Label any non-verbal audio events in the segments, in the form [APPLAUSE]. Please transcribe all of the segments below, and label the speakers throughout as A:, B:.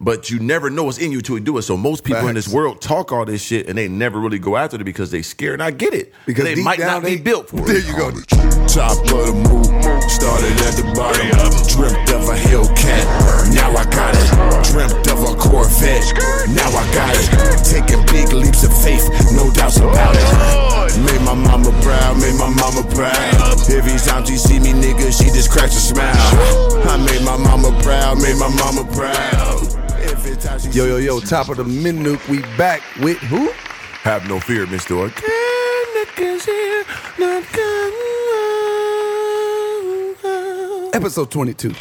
A: but you never know what's in you till you do it. So most people in this
B: Facts.
A: world talk all this shit and they never really go after it because they scared. And I get it
B: Because
A: they
B: deep
A: might
B: down
A: not be
B: they-
A: built for
B: [LAUGHS] There
A: it.
B: you go.
C: Top of the move, started at the bottom. Dreamt of a Hellcat, now I got it. Dreamt of a Corvette, now I got it. Taking big leaps of faith, no doubts about it. Made my mama proud, made my mama proud. Every time she see me, nigga, she just cracks a smile. I made my mama proud, made my mama proud. Every time she
B: Yo, yo, yo, top of the minute. We back with who?
A: Have no fear, Mister. Woo!
B: Episode 22.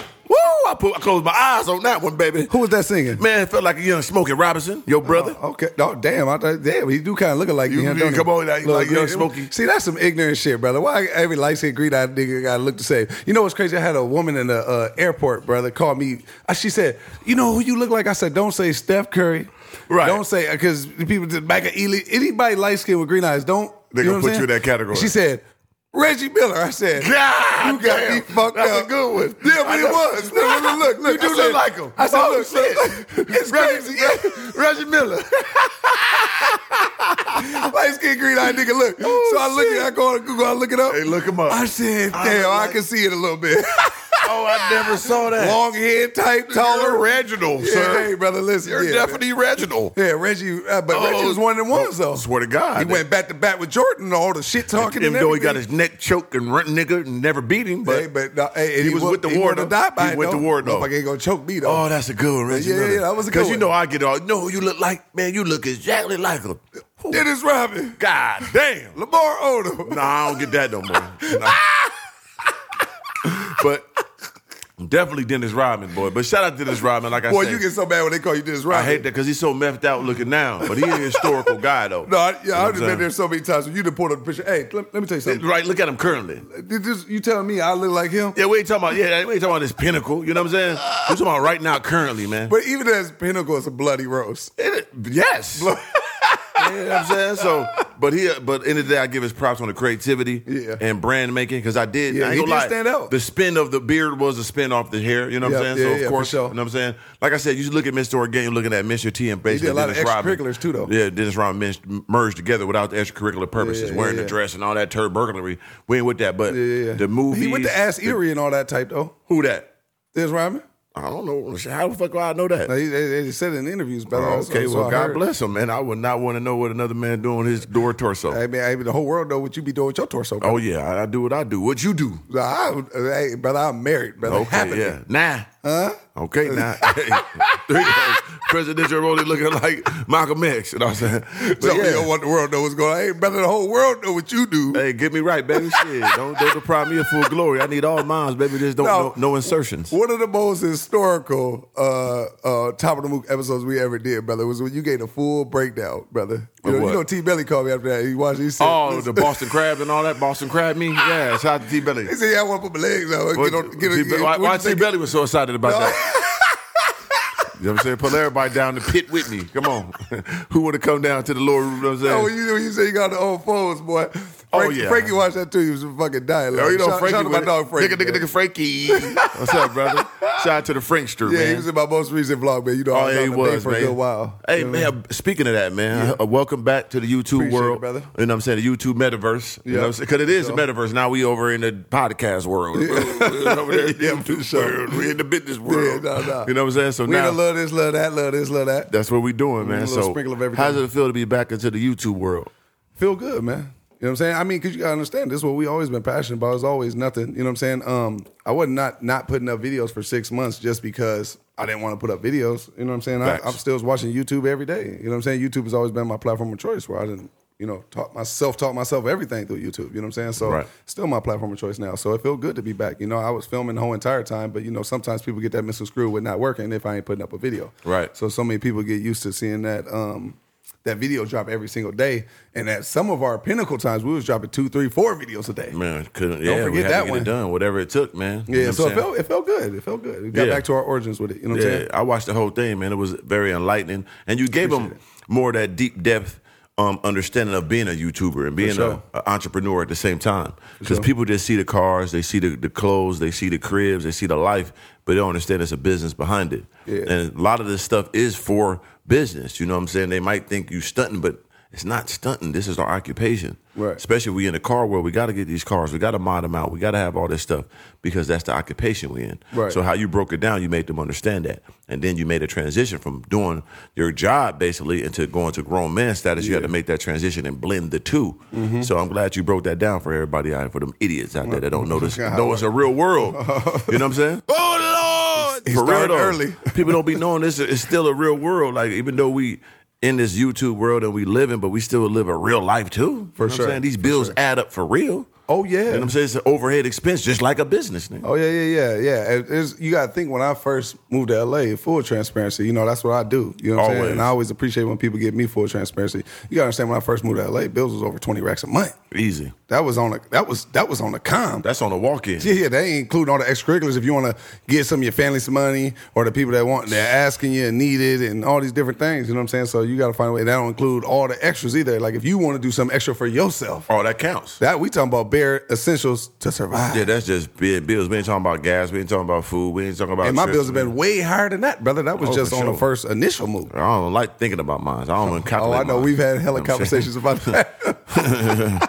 A: I put I closed my eyes on that one, baby.
B: Who was that singing?
A: Man, it felt like a young Smokey Robinson, your brother.
B: Oh, okay. Oh, damn. I thought, damn, he do kind of look alike
A: You-
B: me. huh,
A: you
B: don't
A: come
B: he?
A: on, like-
B: Little
A: like young
B: green-
A: Smokey.
B: See, that's some ignorant shit, brother. Why every light skinned green eyed nigga got to look the same? You know what's crazy? I had a woman in the uh, airport, brother, called me. Uh, She said, "You know who you look like?" I said, "Don't say Steph Curry.
A: Right.
B: Don't say because people just back at Ely, anybody light skinned with green eyes. Don't
A: They gonna
B: know what I'm
A: put you
B: saying?
A: in that category.
B: She said." Reggie Miller,
A: [LAUGHS]
B: I said.
A: God
B: you got
A: damn,
B: me fucked
A: that's a
B: up.
A: good one.
B: Yeah, but
A: I
B: it
A: know.
B: was. No, no, no, look, look,
A: You do
B: I
A: look
B: said-
A: like him.
B: I said,
A: Oh,
B: look,
A: shit. [LAUGHS]
B: look, it's
A: Reggie-
B: crazy.
A: [LAUGHS] Reggie Miller.
B: [LAUGHS] light skin, green eyed nigga. Look.
A: Oh,
B: so I look
A: shit.
B: it. I go on Google. I look it up.
A: Hey, look him up.
B: I said,
A: I
B: damn,
A: look
B: I,
A: like-
B: can see it a little
A: [LAUGHS]
B: bit.
A: oh, I never saw that.
B: Long head, type,
A: You're
B: taller.
A: Reginald,
B: yeah,
A: sir.
B: Hey, brother, listen.
A: You're
B: yeah,
A: definitely Reginald.
B: Yeah, Reggie, uh, but Reggie
A: Oh,
B: was one of the ones though.
A: swear to God.
B: he went back to back with Jordan. and All the shit talking.
A: Even
B: and
A: though he got
B: everything.
A: his neck choked and run nigga and never beat him, but,
B: hey, but no, hey, and
A: he, was
B: wa-
A: with the
B: he
A: war
B: wouldn't
A: though.
B: have died by
A: He
B: it,
A: went
B: though.
A: to war though.
B: Motherfucker ain't gonna choke me though.
A: Oh, that's a good one, Reggie.
B: Yeah, yeah,
A: Miller.
B: yeah, that was a good
A: Because you
B: one.
A: know I get all. You know who you look like, man. You look exactly like him. Who-
B: Dennis
A: [LAUGHS]
B: Robin,
A: God damn.
B: Lamar Odom.
A: No, I don't get that no more.
B: [LAUGHS]
A: Nah. but definitely Dennis Rodman, boy. But shout out to Dennis Rodman. Like I
B: Boy,
A: said,
B: you get so mad when they call you Dennis
A: I
B: Rodman.
A: hate that because he's so methed out looking now. But he a historical guy though.
B: [LAUGHS] No, I,
A: You know
B: yeah, I've
A: what I'm
B: been
A: saying?
B: there so many times when you done pulled up a picture. Hey, let, let me tell you something.
A: Right, look at him currently.
B: Did this, you telling me I look like him?
A: Yeah, we ain't talking about. Yeah, we ain't talking about this pinnacle. You know what I'm saying? We're talking about right now, currently, man.
B: But even as pinnacle, it's a bloody roast.
A: It- [LAUGHS] yes. you know what I'm saying? So, but he, but in the day, I give his props on the creativity
B: Yeah.
A: and brand making because I did.
B: Yeah,
A: I ain't
B: he
A: gonna
B: did
A: lie,
B: stand out.
A: The spin of the beard was a spin off the hair. You know what
B: Yeah,
A: I'm saying?
B: yeah,
A: so
B: yeah,
A: of
B: for
A: course,
B: sure.
A: you know what I'm saying. Like I said, you look at Mr. Organ, you're looking at Mr. T and basically
B: a lot of
A: Dennis Rodman.
B: extracurriculars, too, though.
A: Yeah, Dennis Rodman mis- merged together without the extracurricular purposes,
B: yeah,
A: wearing
B: yeah.
A: the dress and all that turd burglary. We ain't with that. But
B: Yeah.
A: the movie,
B: He went to ass eatery and all that type though.
A: Who that?
B: Dennis Rodman.
A: I don't know. How the fuck do I know that?
B: Now, he- They, they said it in interviews, but
A: Oh,
B: that's
A: okay,
B: what-
A: well,
B: so I
A: God
B: heard.
A: bless him, man. I would not want to know what another man doing his door torso.
B: I mean, I mean, the whole world know what you be doing with your torso. Bro.
A: oh yeah, I, I do what I do. What you do?
B: I, would- hey, brother, I'm married, brother.
A: Okay,
B: Happily.
A: yeah, nah. Huh? Okay,
B: [LAUGHS]
A: nah. Three days. Presidential rolling looking like Malcolm X. You know what
B: [LAUGHS]
A: I'm saying? But
B: So you
A: yeah.
B: don't want the world to know what's going on. Hey, brother, the whole world know what you do.
A: Hey, get me right, baby. Shit, don't don't deprive me of full glory. I need all mines, baby. Just don't no,
B: No.
A: no insertions.
B: One of the most historical uh, uh, top of the mook episodes we ever did, brother, was when you gave the full breakdown, brother. You
A: Of
B: know,
A: what?
B: you know T Belly called me after that. He watched. He said,
A: All
B: listen-
A: the Boston crab and all that Boston crab me. Yeah, shout out to T Belly.
B: [LAUGHS] He said, "Yeah, I want to put my legs out.
A: What-
B: Get on, get on,
A: see,
B: get,
A: why
B: what
A: why
B: you
A: T
B: think-
A: Belly was so excited about that? you know what I'm saying? Pull everybody down the pit with me. Come on. [LAUGHS] Who would have come down to the Lord? You know what I'm saying?
B: Oh, when you, when you say you got the old phones, boy.
A: Oh,
B: Frank-
A: yeah. Oh,
B: Frankie watched that too. He was fucking dying. Like,
A: you know,
B: shout,
A: Frankie
B: shout out to my
A: with it.
B: dog Frankie.
A: Nigga, nigga,
B: man.
A: nigga, Frankie. What's up, brother? Shout out to the Frankster,
B: Yeah,
A: man.
B: he was in my most recent vlog, man. You know, I
A: Oh,
B: was
A: yeah,
B: on
A: he
B: the
A: was,
B: for
A: man.
B: a good while.
A: Hey,
B: You know?
A: man, speaking of that, man, uh, welcome back to the YouTube
B: Appreciate
A: world.
B: it, brother.
A: You know what I'm saying? The YouTube metaverse. You
B: Yeah.
A: know Because it is
B: So-
A: the metaverse. Now we over in the podcast world. We're [LAUGHS] over
B: [LAUGHS]
A: there in the YouTube world. We're in the business world.
B: Yeah, nah, nah.
A: You know what I'm saying? So
B: We
A: now.
B: done love this, love that, love this, love that.
A: That's what we doing, man.
B: a
A: So,
B: little sprinkle of everything.
A: how does it feel to be back into the YouTube world?
B: Feel good, man. You know what I'm saying? I mean, because you gotta understand, this is what we always been passionate about. It's always nothing. You know what I'm saying? Um, I wasn't not not putting up videos for six months just because I didn't want to put up videos. You know what I'm saying? I,
A: Facts.
B: I'm still watching YouTube every day. You know what I'm saying? YouTube has always been my platform of choice where I didn't, you know, taught myself, taught myself everything through YouTube. You know what I'm saying? So
A: Right.
B: still my platform of choice now. So it felt good to be back. You know, I was filming the whole entire time, but you know, sometimes people get that misconstrued with not working if I ain't putting up a video.
A: Right.
B: So so many people get used to seeing that um that video drop every single day. And at some of our pinnacle times, we was dropping two, three, four videos a day.
A: Man, couldn't. Yeah, we
B: forget
A: had
B: that
A: to get
B: one.
A: it done. Whatever it took, man. You know
B: Yeah,
A: what
B: so
A: I'm
B: it
A: saying?
B: felt it felt good. It felt good. We got
A: Yeah.
B: back to our origins with it. You know what I'm
A: Yeah,
B: saying?
A: I watched the whole thing, man. It was very enlightening, and you gave them more of that deep depth um, understanding of being a YouTuber and being
B: sure.
A: an entrepreneur at the same time. Because people just see the cars, they see the, the clothes, they see the cribs, they see the life, but they don't understand it's a business behind it.
B: Yeah.
A: And a lot of this stuff is for business. You know what I'm saying? They might think you stunting, but it's not stunting. This is our occupation.
B: Right.
A: Especially we in the car world, we got to get these cars, we got to mod them out, we got to have all this stuff because that's the occupation we in.
B: Right.
A: So how you broke it down, you made them understand that, and then you made a transition from doing your job basically into going to grown man status. You had to make that transition and blend the 2
B: Mm-hmm.
A: So I'm glad you broke that down for everybody out for them idiots out there that
B: [LAUGHS]
A: don't know this. know it's a real world. you know what I'm saying?
B: Oh Lord! He
A: for real
B: started
A: though,
B: early.
A: [LAUGHS] people don't be knowing this. It's still a real world. Like even though we in this YouTube world and we living, but we still live a real life too. For
B: sure.
A: I'm saying? These bills add up for real.
B: Oh yeah.
A: You know what I'm saying? It's an overhead expense, just like a business nigga.
B: Oh yeah, yeah, yeah, yeah. It- it's- you got to think when I first moved to LA, full transparency. You know that's what I do. You know what I'm
A: Always.
B: saying? And I always appreciate when people give me full transparency. You got to understand when I first moved to LA, bills was over twenty racks a month.
A: Easy.
B: That was on a that was that was on the com.
A: That's on a walk in.
B: Yeah, yeah, they ain't including all the extracurriculars. If you want to get some of your family some money, or the people that want, they're asking you and need it, and all these different things. You know what I'm saying? So you got to find a way. That don't include all the extras either. Like if you want to do some extra for yourself,
A: Oh, that counts.
B: that we talking about bare essentials to survive.
A: yeah, that's just big bills. We ain't talking about gas. We ain't talking about food. We ain't talking about.
B: and my
A: trips.
B: bills have been way higher than that, brother. That was
A: Oh,
B: just
A: for
B: on the
A: sure.
B: first initial move.
A: I don't like thinking about mine. I don't even
B: Oh,
A: calculate.
B: I know.
A: mine.
B: We've had
A: You know
B: hella
A: what I'm
B: conversations about that.
A: [LAUGHS]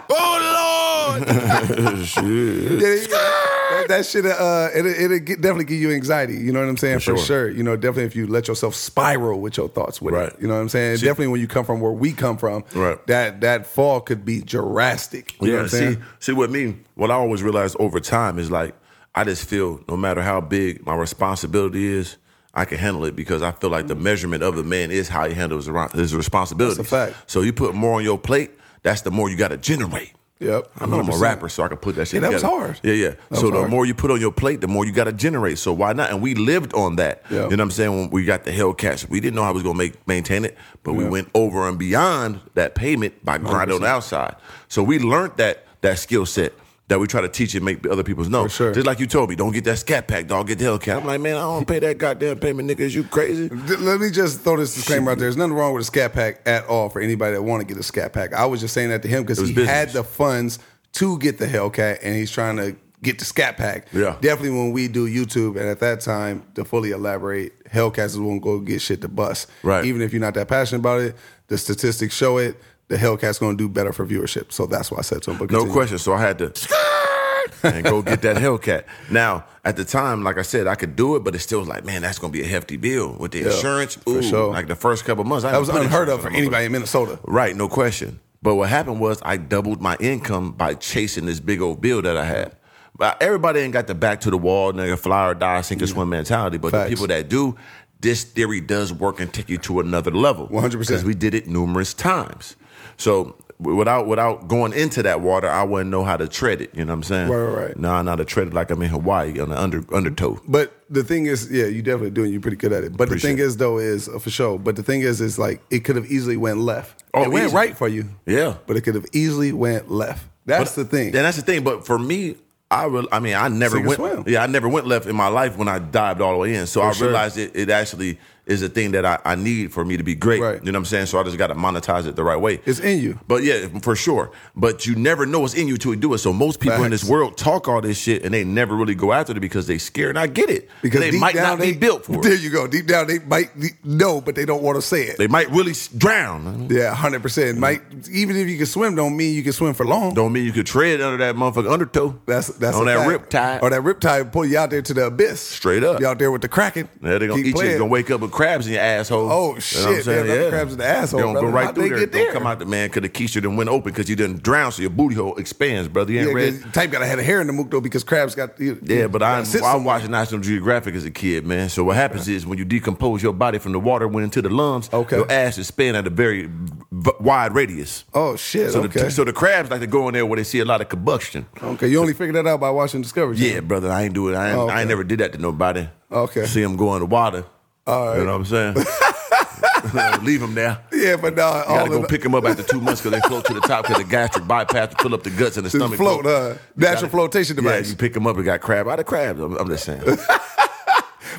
B: [LAUGHS] oh Lord!
A: saying? [LAUGHS] Shit.
B: Yeah, yeah, that, that shit, uh, it, it'll get, definitely give you anxiety. You know what I'm saying? For,
A: For
B: sure.
A: sure.
B: You know, definitely if you let yourself spiral with your thoughts with
A: Right.
B: it. You know what I'm saying? Definitely when you come from where we come from,
A: Right.
B: that that fall could be drastic. You know what I'm
A: see,
B: saying?
A: see what me, what I always realized over time is like I just feel no matter how big my responsibility is, I can handle it because I feel like the measurement of the man is how he handles around his responsibilities.
B: That's a fact.
A: So you put more on your plate, that's the more you got to generate.
B: Yep.
A: I know I'm a
B: 100%.
A: rapper, so I can put that shit.
B: Yeah, that was
A: together.
B: hard.
A: Yeah, yeah.
B: That
A: so
B: was
A: the
B: hard.
A: more you put on your plate, the more you got to generate. So why not? And we lived on that. You
B: Yeah.
A: know what I'm saying? When we got the Hellcats, we didn't know how we was gonna make maintain it, but we
B: Yeah.
A: went over and beyond that payment by grinding on the outside. So we learned that that skill set. That we try to teach and make other people's know.
B: sure.
A: Just like you told me, don't get that scat pack, dog. Get the Hellcat. I'm like, man, I don't pay that goddamn payment, nigga. Is you crazy?
B: Th- Let me just throw this disclaimer out there. There's nothing wrong with a scat pack at all for anybody that want to get a scat pack. I was just saying that to him because
A: was
B: he
A: business.
B: had the funds to get the Hellcat and he's trying to get the scat pack.
A: Yeah.
B: Definitely when we do YouTube and at that time to fully elaborate, Hellcats won't go get shit to bust.
A: Right.
B: Even if you're not that passionate about it, the statistics show it. The Hellcat's going to do better for viewership. So that's why I said to him. But
A: No
B: continue.
A: question. So I had to
B: [LAUGHS]
A: and go get that Hellcat. Now, at the time, like I said, I could do it, but it still was like, man, that's gonna be a hefty bill with the insurance.
B: for
A: Ooh,
B: sure.
A: like the first couple months, I
B: That was
A: didn't put
B: unheard of
A: insurance
B: for
A: on my
B: anybody in Minnesota.
A: Right, no question. But what happened was I doubled my income by chasing this big old bill that I had. But everybody ain't got the back to the wall, nigga, fly or die, sink or swim mentality. But
B: Facts.
A: the people that do, this theory does work and take you to another level.
B: 100%.
A: Because we did it numerous times. So w- without without going into that water, I wouldn't know how to tread it. You know what I'm saying?
B: Right, right, right.
A: Nah, not to tread it like I'm in Hawaii on the under undertow.
B: But the thing is, yeah, you definitely doing. You're pretty good at it. But
A: Appreciate
B: the thing is, though, is uh, for sure. But the thing is, is like it could have easily went left.
A: Oh,
B: it went
A: easy.
B: right for you.
A: Yeah.
B: but it could have easily went left. That's the thing.
A: And that's the thing. But for me, I re- I mean, I never
B: Sink or
A: went.
B: swim.
A: Yeah, I never went left in my life when I dived all the way in. So I
B: sure.
A: realized it, it actually is a thing that I, I need for me to be great.
B: Right.
A: You know what I'm saying? So I just got to monetize it the right way.
B: It's in you.
A: But yeah, for sure. But you never know what's in you till you do it. So most people in this
B: Facts.
A: world talk all this shit and they never really go after it because they scared. And I get it
B: because
A: they
B: deep
A: might
B: down
A: not
B: they
A: be built
B: [LAUGHS]
A: for
B: There
A: it.
B: you go. Deep down they might be- know, but they don't want to say it.
A: They might really s- drown.
B: yeah, hundred percent. Might even if you can swim, don't mean you can swim for long.
A: Don't mean you could tread under that motherfucker undertow.
B: That's that's
A: on
B: a
A: that
B: fact.
A: riptide.
B: Or that riptide pull you out there to the abyss.
A: Straight up.
B: You out there with the kraken.
A: Yeah, they're gonna
B: Keep
A: eat you.
B: playing.
A: You're gonna wake up with crabs in your asshole.
B: Oh,
A: You know
B: shit.
A: what I'm saying?
B: Yeah, crabs in the asshole,
A: They gonna go
B: brother.
A: right
B: How'd
A: through
B: they
A: there.
B: get
A: Don't
B: there?
A: come out the man because the quiche done went open because you done drowned, so your booty hole expands, brother. You ain't
B: Yeah, 'cause
A: read.
B: Type gotta had a hair in the mook though because crabs got you,
A: Yeah, but I'm,
B: sit
A: I'm
B: somewhere.
A: watching National Geographic as a kid, man. So what happens is when you decompose your body from the water went into the lungs,
B: Okay.
A: your ass is spanned at a very v- wide radius.
B: Oh shit.
A: So,
B: okay.
A: the, so the crabs like to go in there where they see a lot of combustion.
B: Okay, you only figured that out by watching Discovery. Channel.
A: Yeah, brother, I ain't do it. I ain't,
B: Oh, okay.
A: I ain't never did that to nobody.
B: Okay.
A: See them go in the water.
B: All right.
A: You know what I'm
B: [LAUGHS]
A: saying? [LAUGHS] Leave them there.
B: yeah, but no,
A: You
B: all
A: gotta
B: of
A: go
B: the-
A: pick them up after two months because they float to the top because the gastric bypass to fill up the guts and the
B: Just
A: stomach.
B: float, huh?
A: You
B: Natural flotation
A: Yeah,
B: device.
A: you pick them up and got crab out of crabs. I'm, I'm just saying.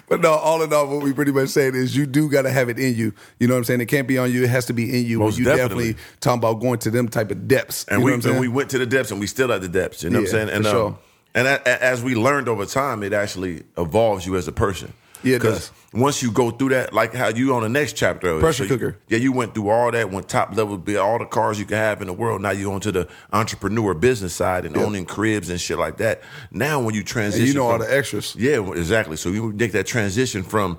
B: But no, all in all, what we pretty much saying is you do got to have it in you. You know what I'm saying? It can't be on you. It has to be in you.
A: Most
B: you
A: definitely.
B: talking about going to them type of depths.
A: And
B: you
A: we
B: know what I'm
A: and we
B: saying?
A: went to the depths, and we still at the depths. You know what I'm
B: Yeah,
A: saying? And
B: for
A: um,
B: sure.
A: and a, a- as we learned over time, it actually evolves you as a person.
B: Yeah, it
A: 'Cause Once you go through that, like how you on the next chapter of it,
B: Pressure
A: you-
B: cooker.
A: yeah, you went through all that, went top level, be all the cars you could have in the world. Now you're onto the entrepreneur business side and owning cribs and shit like that. Now when you transition,
B: you know all
A: from-
B: the extras.
A: yeah, well, exactly. So you make that transition from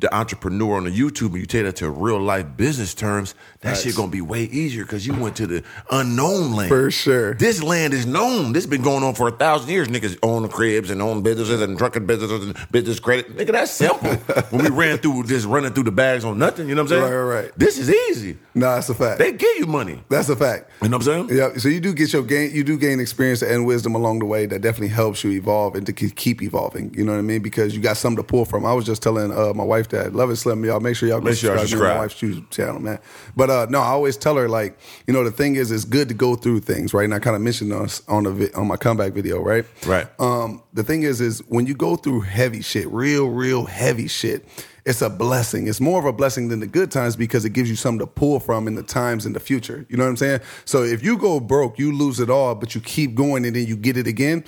A: the entrepreneur on the YouTube and you take that to real life business terms, that shit gonna be way easier because you went to the unknown land.
B: For sure.
A: This land is known. This been going on for a thousand years. Niggas own cribs and own businesses and trucking businesses and business credit. Nigga, that's
B: [LAUGHS]
A: simple. when we ran through just running through the bags on nothing, you know what I'm saying?
B: Right, right, right.
A: This is easy.
B: Nah, that's a fact.
A: They give you money.
B: that's a fact.
A: You know what I'm saying?
B: Yeah, so you do get your gain, you do gain experience and wisdom along the way that definitely helps you evolve and to ke- keep evolving. You know what I mean? Because you got something to pull from. I was just telling uh, my wife that love it slim, y'all. Make sure y'all go
A: Make sure y'all
B: to my
A: subscribe.
B: wife's YouTube channel, man. But uh, no, I always tell her like, you know, the thing is, it's good to go through things, right? And I kind of mentioned us on the vi- on my comeback video, right?
A: Right.
B: Um, the thing is, is when you go through heavy shit, real, real heavy shit, it's a blessing. It's more of a blessing than the good times because it gives you something to pull from in the times in the future. You know what I'm saying? So if you go broke, you lose it all, but you keep going and then you get it again.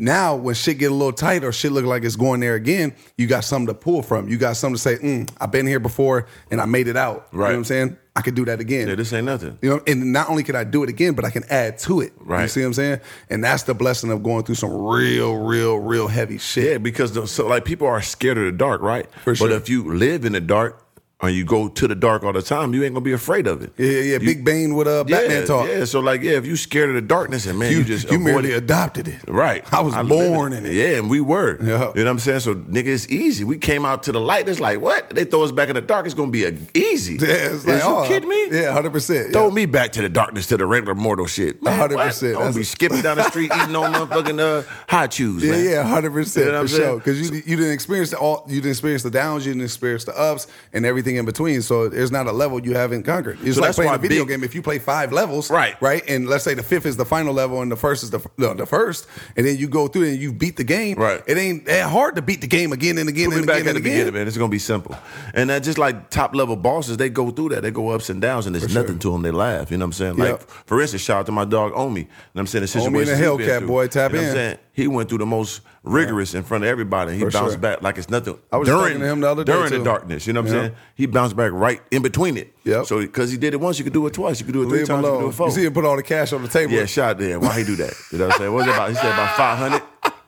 B: Now, when shit get a little tight or shit look like it's going there again, you got something to pull from. You got something to say, mm, I've been here before and I made it out. You know
A: Right.
B: what I'm saying? I could do that again.
A: Yeah, this ain't nothing.
B: You know, and not only can I do it again, but I can add to it. You
A: Right.
B: see what I'm saying? And that's the blessing of going through some real, real, real heavy shit.
A: Yeah, because the, so like people are scared of the dark, right?
B: For sure.
A: But if you live in the dark or you go to the dark all the time, you ain't gonna be afraid of it.
B: Yeah, yeah. yeah. Big Bane with uh, Batman
A: yeah,
B: talk.
A: Yeah, so like, yeah, if you scared of the darkness, and man,
B: You,
A: you,
B: you,
A: just avoid
B: merely
A: it.
B: adopted it.
A: Right,
B: I was
A: lived
B: born in it.
A: Yeah, and we were.
B: Yeah.
A: You know what I'm saying? So, nigga, it's easy. We came out to the light. It's like, what? They throw us back in the dark. It's gonna be a, easy.
B: [LAUGHS] Yeah, it's like,
A: Is
B: oh,
A: you kidding me?
B: Yeah, 100%.
A: Throw
B: yeah.
A: me back to the darkness to the regular mortal shit. Man,
B: 100%.
A: what? I'm gonna
B: That's-
A: be skipping down the street eating on motherfucking uh, hot shoes.
B: Yeah,
A: man.
B: yeah, hundred percent
A: You know what
B: for
A: I'm
B: sure.
A: saying?
B: Because you you didn't experience the all, you didn't experience the downs, you didn't experience the ups, and everything in between. So there's not a level you haven't conquered. It's
A: So
B: like
A: that's
B: playing
A: why
B: a video
A: big-
B: game. If you play five levels,
A: Right.
B: right, and let's say the fifth is the final level, and the first is the no, the first, and then you go through and you beat the game.
A: Right.
B: it ain't that hard to beat the game again and again
A: Put me
B: and
A: back
B: again
A: at
B: and
A: the
B: again.
A: beginning, man. It's gonna be simple. And that just like top level bosses, they go through that. They go ups and downs, and there's nothing to them. They laugh. You know what I'm saying? Like
B: Yep.
A: for instance, shout out to my dog Omi. You know what I'm saying? The
B: Omi and the
A: situation he's been
B: Hellcat,
A: through.
B: boy, tap
A: you know What
B: in.
A: I'm saying? He went through the most rigorous in front of everybody. and He
B: For
A: bounced
B: sure.
A: back like it's nothing.
B: I was
A: during
B: talking to him the other day,
A: during
B: too.
A: the darkness. You know what I'm
B: Yeah.
A: saying? He bounced back right in between it.
B: Yep.
A: So because he did it once, you could do it twice. You could do it three
B: Leave him
A: times. You could do
B: alone.
A: it four.
B: You see him put all the cash on the table.
A: yeah, shout out to him. Why he do that? You know what I'm saying? What was it about? He said about 500.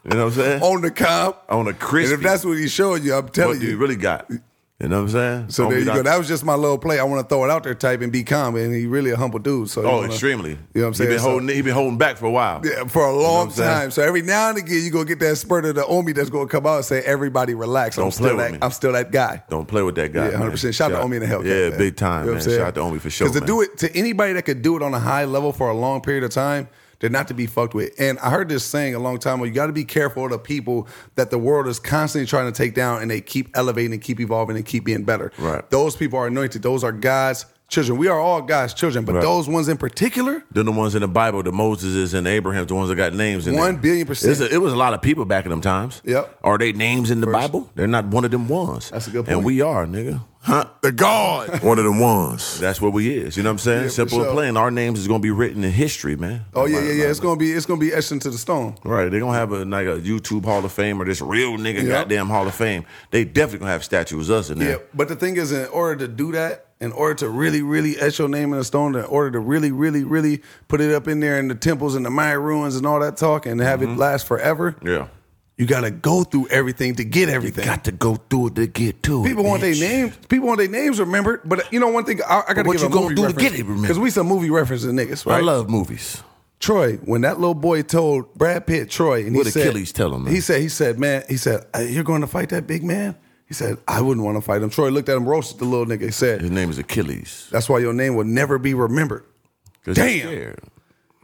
A: You know what I'm
B: [LAUGHS]
A: saying?
B: on the comp.
A: On a
B: And
A: crispy.
B: if that's what he's showing you, I'm telling
A: what you
B: you,
A: really got. You know what I'm saying?
B: So
A: Don't
B: there
A: be
B: you
A: not-
B: go. That was just my little play. I want to throw it out there, type and be calm. And he really a humble dude. So you
A: Oh,
B: wanna-
A: extremely. You
B: know what I'm saying?
A: He been
B: So-
A: holding he been holding back for a while.
B: Yeah, for a long
A: I'm saying?
B: time. So every now and again, you gonna get that spurt of the Omi that's gonna come out and say, "Everybody relax. I'm
A: Don't play
B: still
A: with
B: that.
A: me.
B: I'm still that guy."
A: Don't play with that guy.
B: Yeah, 100. percent Shout out to Omi and the Hellcat.
A: Yeah,
B: man.
A: big time.
B: You know what
A: man.
B: I'm saying?
A: Shout out to Omi for sure.
B: Because to
A: man.
B: do it to anybody that could do it on a high level for a long period of time, they're not to be fucked with. And I heard this saying a long time ago: you got to be careful of the people that the world is constantly trying to take down, and they keep elevating, and keep evolving, and keep being better.
A: Right.
B: Those people are anointed. Those are God's children. We are all God's children, but
A: Right.
B: those ones in particular.
A: Then the ones in the Bible, the Moseses and Abrahams, the ones that got names in
B: One
A: there.
B: billion percent.
A: It's a- it was a lot of people back in them times.
B: Yep.
A: Are they names in the Bible? They're not one of them ones.
B: That's a good point.
A: And we are, nigga. Huh?
B: The
A: [LAUGHS]
B: God.
A: One of them ones. That's what we is. You know what I'm saying?
B: Yeah, for
A: Simple
B: sure.
A: and plain. Our names is gonna be written in history, man.
B: Oh yeah,
A: Like,
B: yeah, yeah.
A: like,
B: It's gonna be it's gonna be etched into the stone.
A: Right, they're gonna have a like a YouTube Hall of Fame or this real nigga
B: Yep.
A: goddamn Hall of Fame. They definitely gonna have statues us in
B: Yeah,
A: there.
B: but the thing is, in order to do that, in order to really, really etch your name in the stone, in order to really, really, really put it up in there in the temples and the Maya ruins and all that talk and have
A: Mm-hmm.
B: it last forever,
A: Yeah.
B: you got to go through everything to get everything.
A: Got to go through it to get to it.
B: People want their
A: bitch.
B: names. People want their names remembered. But you know one thing, I, I got
A: what
B: to give
A: you
B: a
A: gonna
B: movie
A: do to
B: reference
A: get it remembered?
B: because we some movie references niggas, right?
A: I love movies.
B: Troy, when that little boy told Brad Pitt, Troy, and
A: What
B: he said,
A: Achilles tell him, man?
B: He said, he said, man, he said, "Uh, you're going to fight that big man. He said, I wouldn't want to fight him. Troy looked at him, roasted the little nigga. He said,
A: His name is Achilles.
B: That's why your name will never be remembered.
A: 'Cause he's
B: Damn. Oh,
A: scared.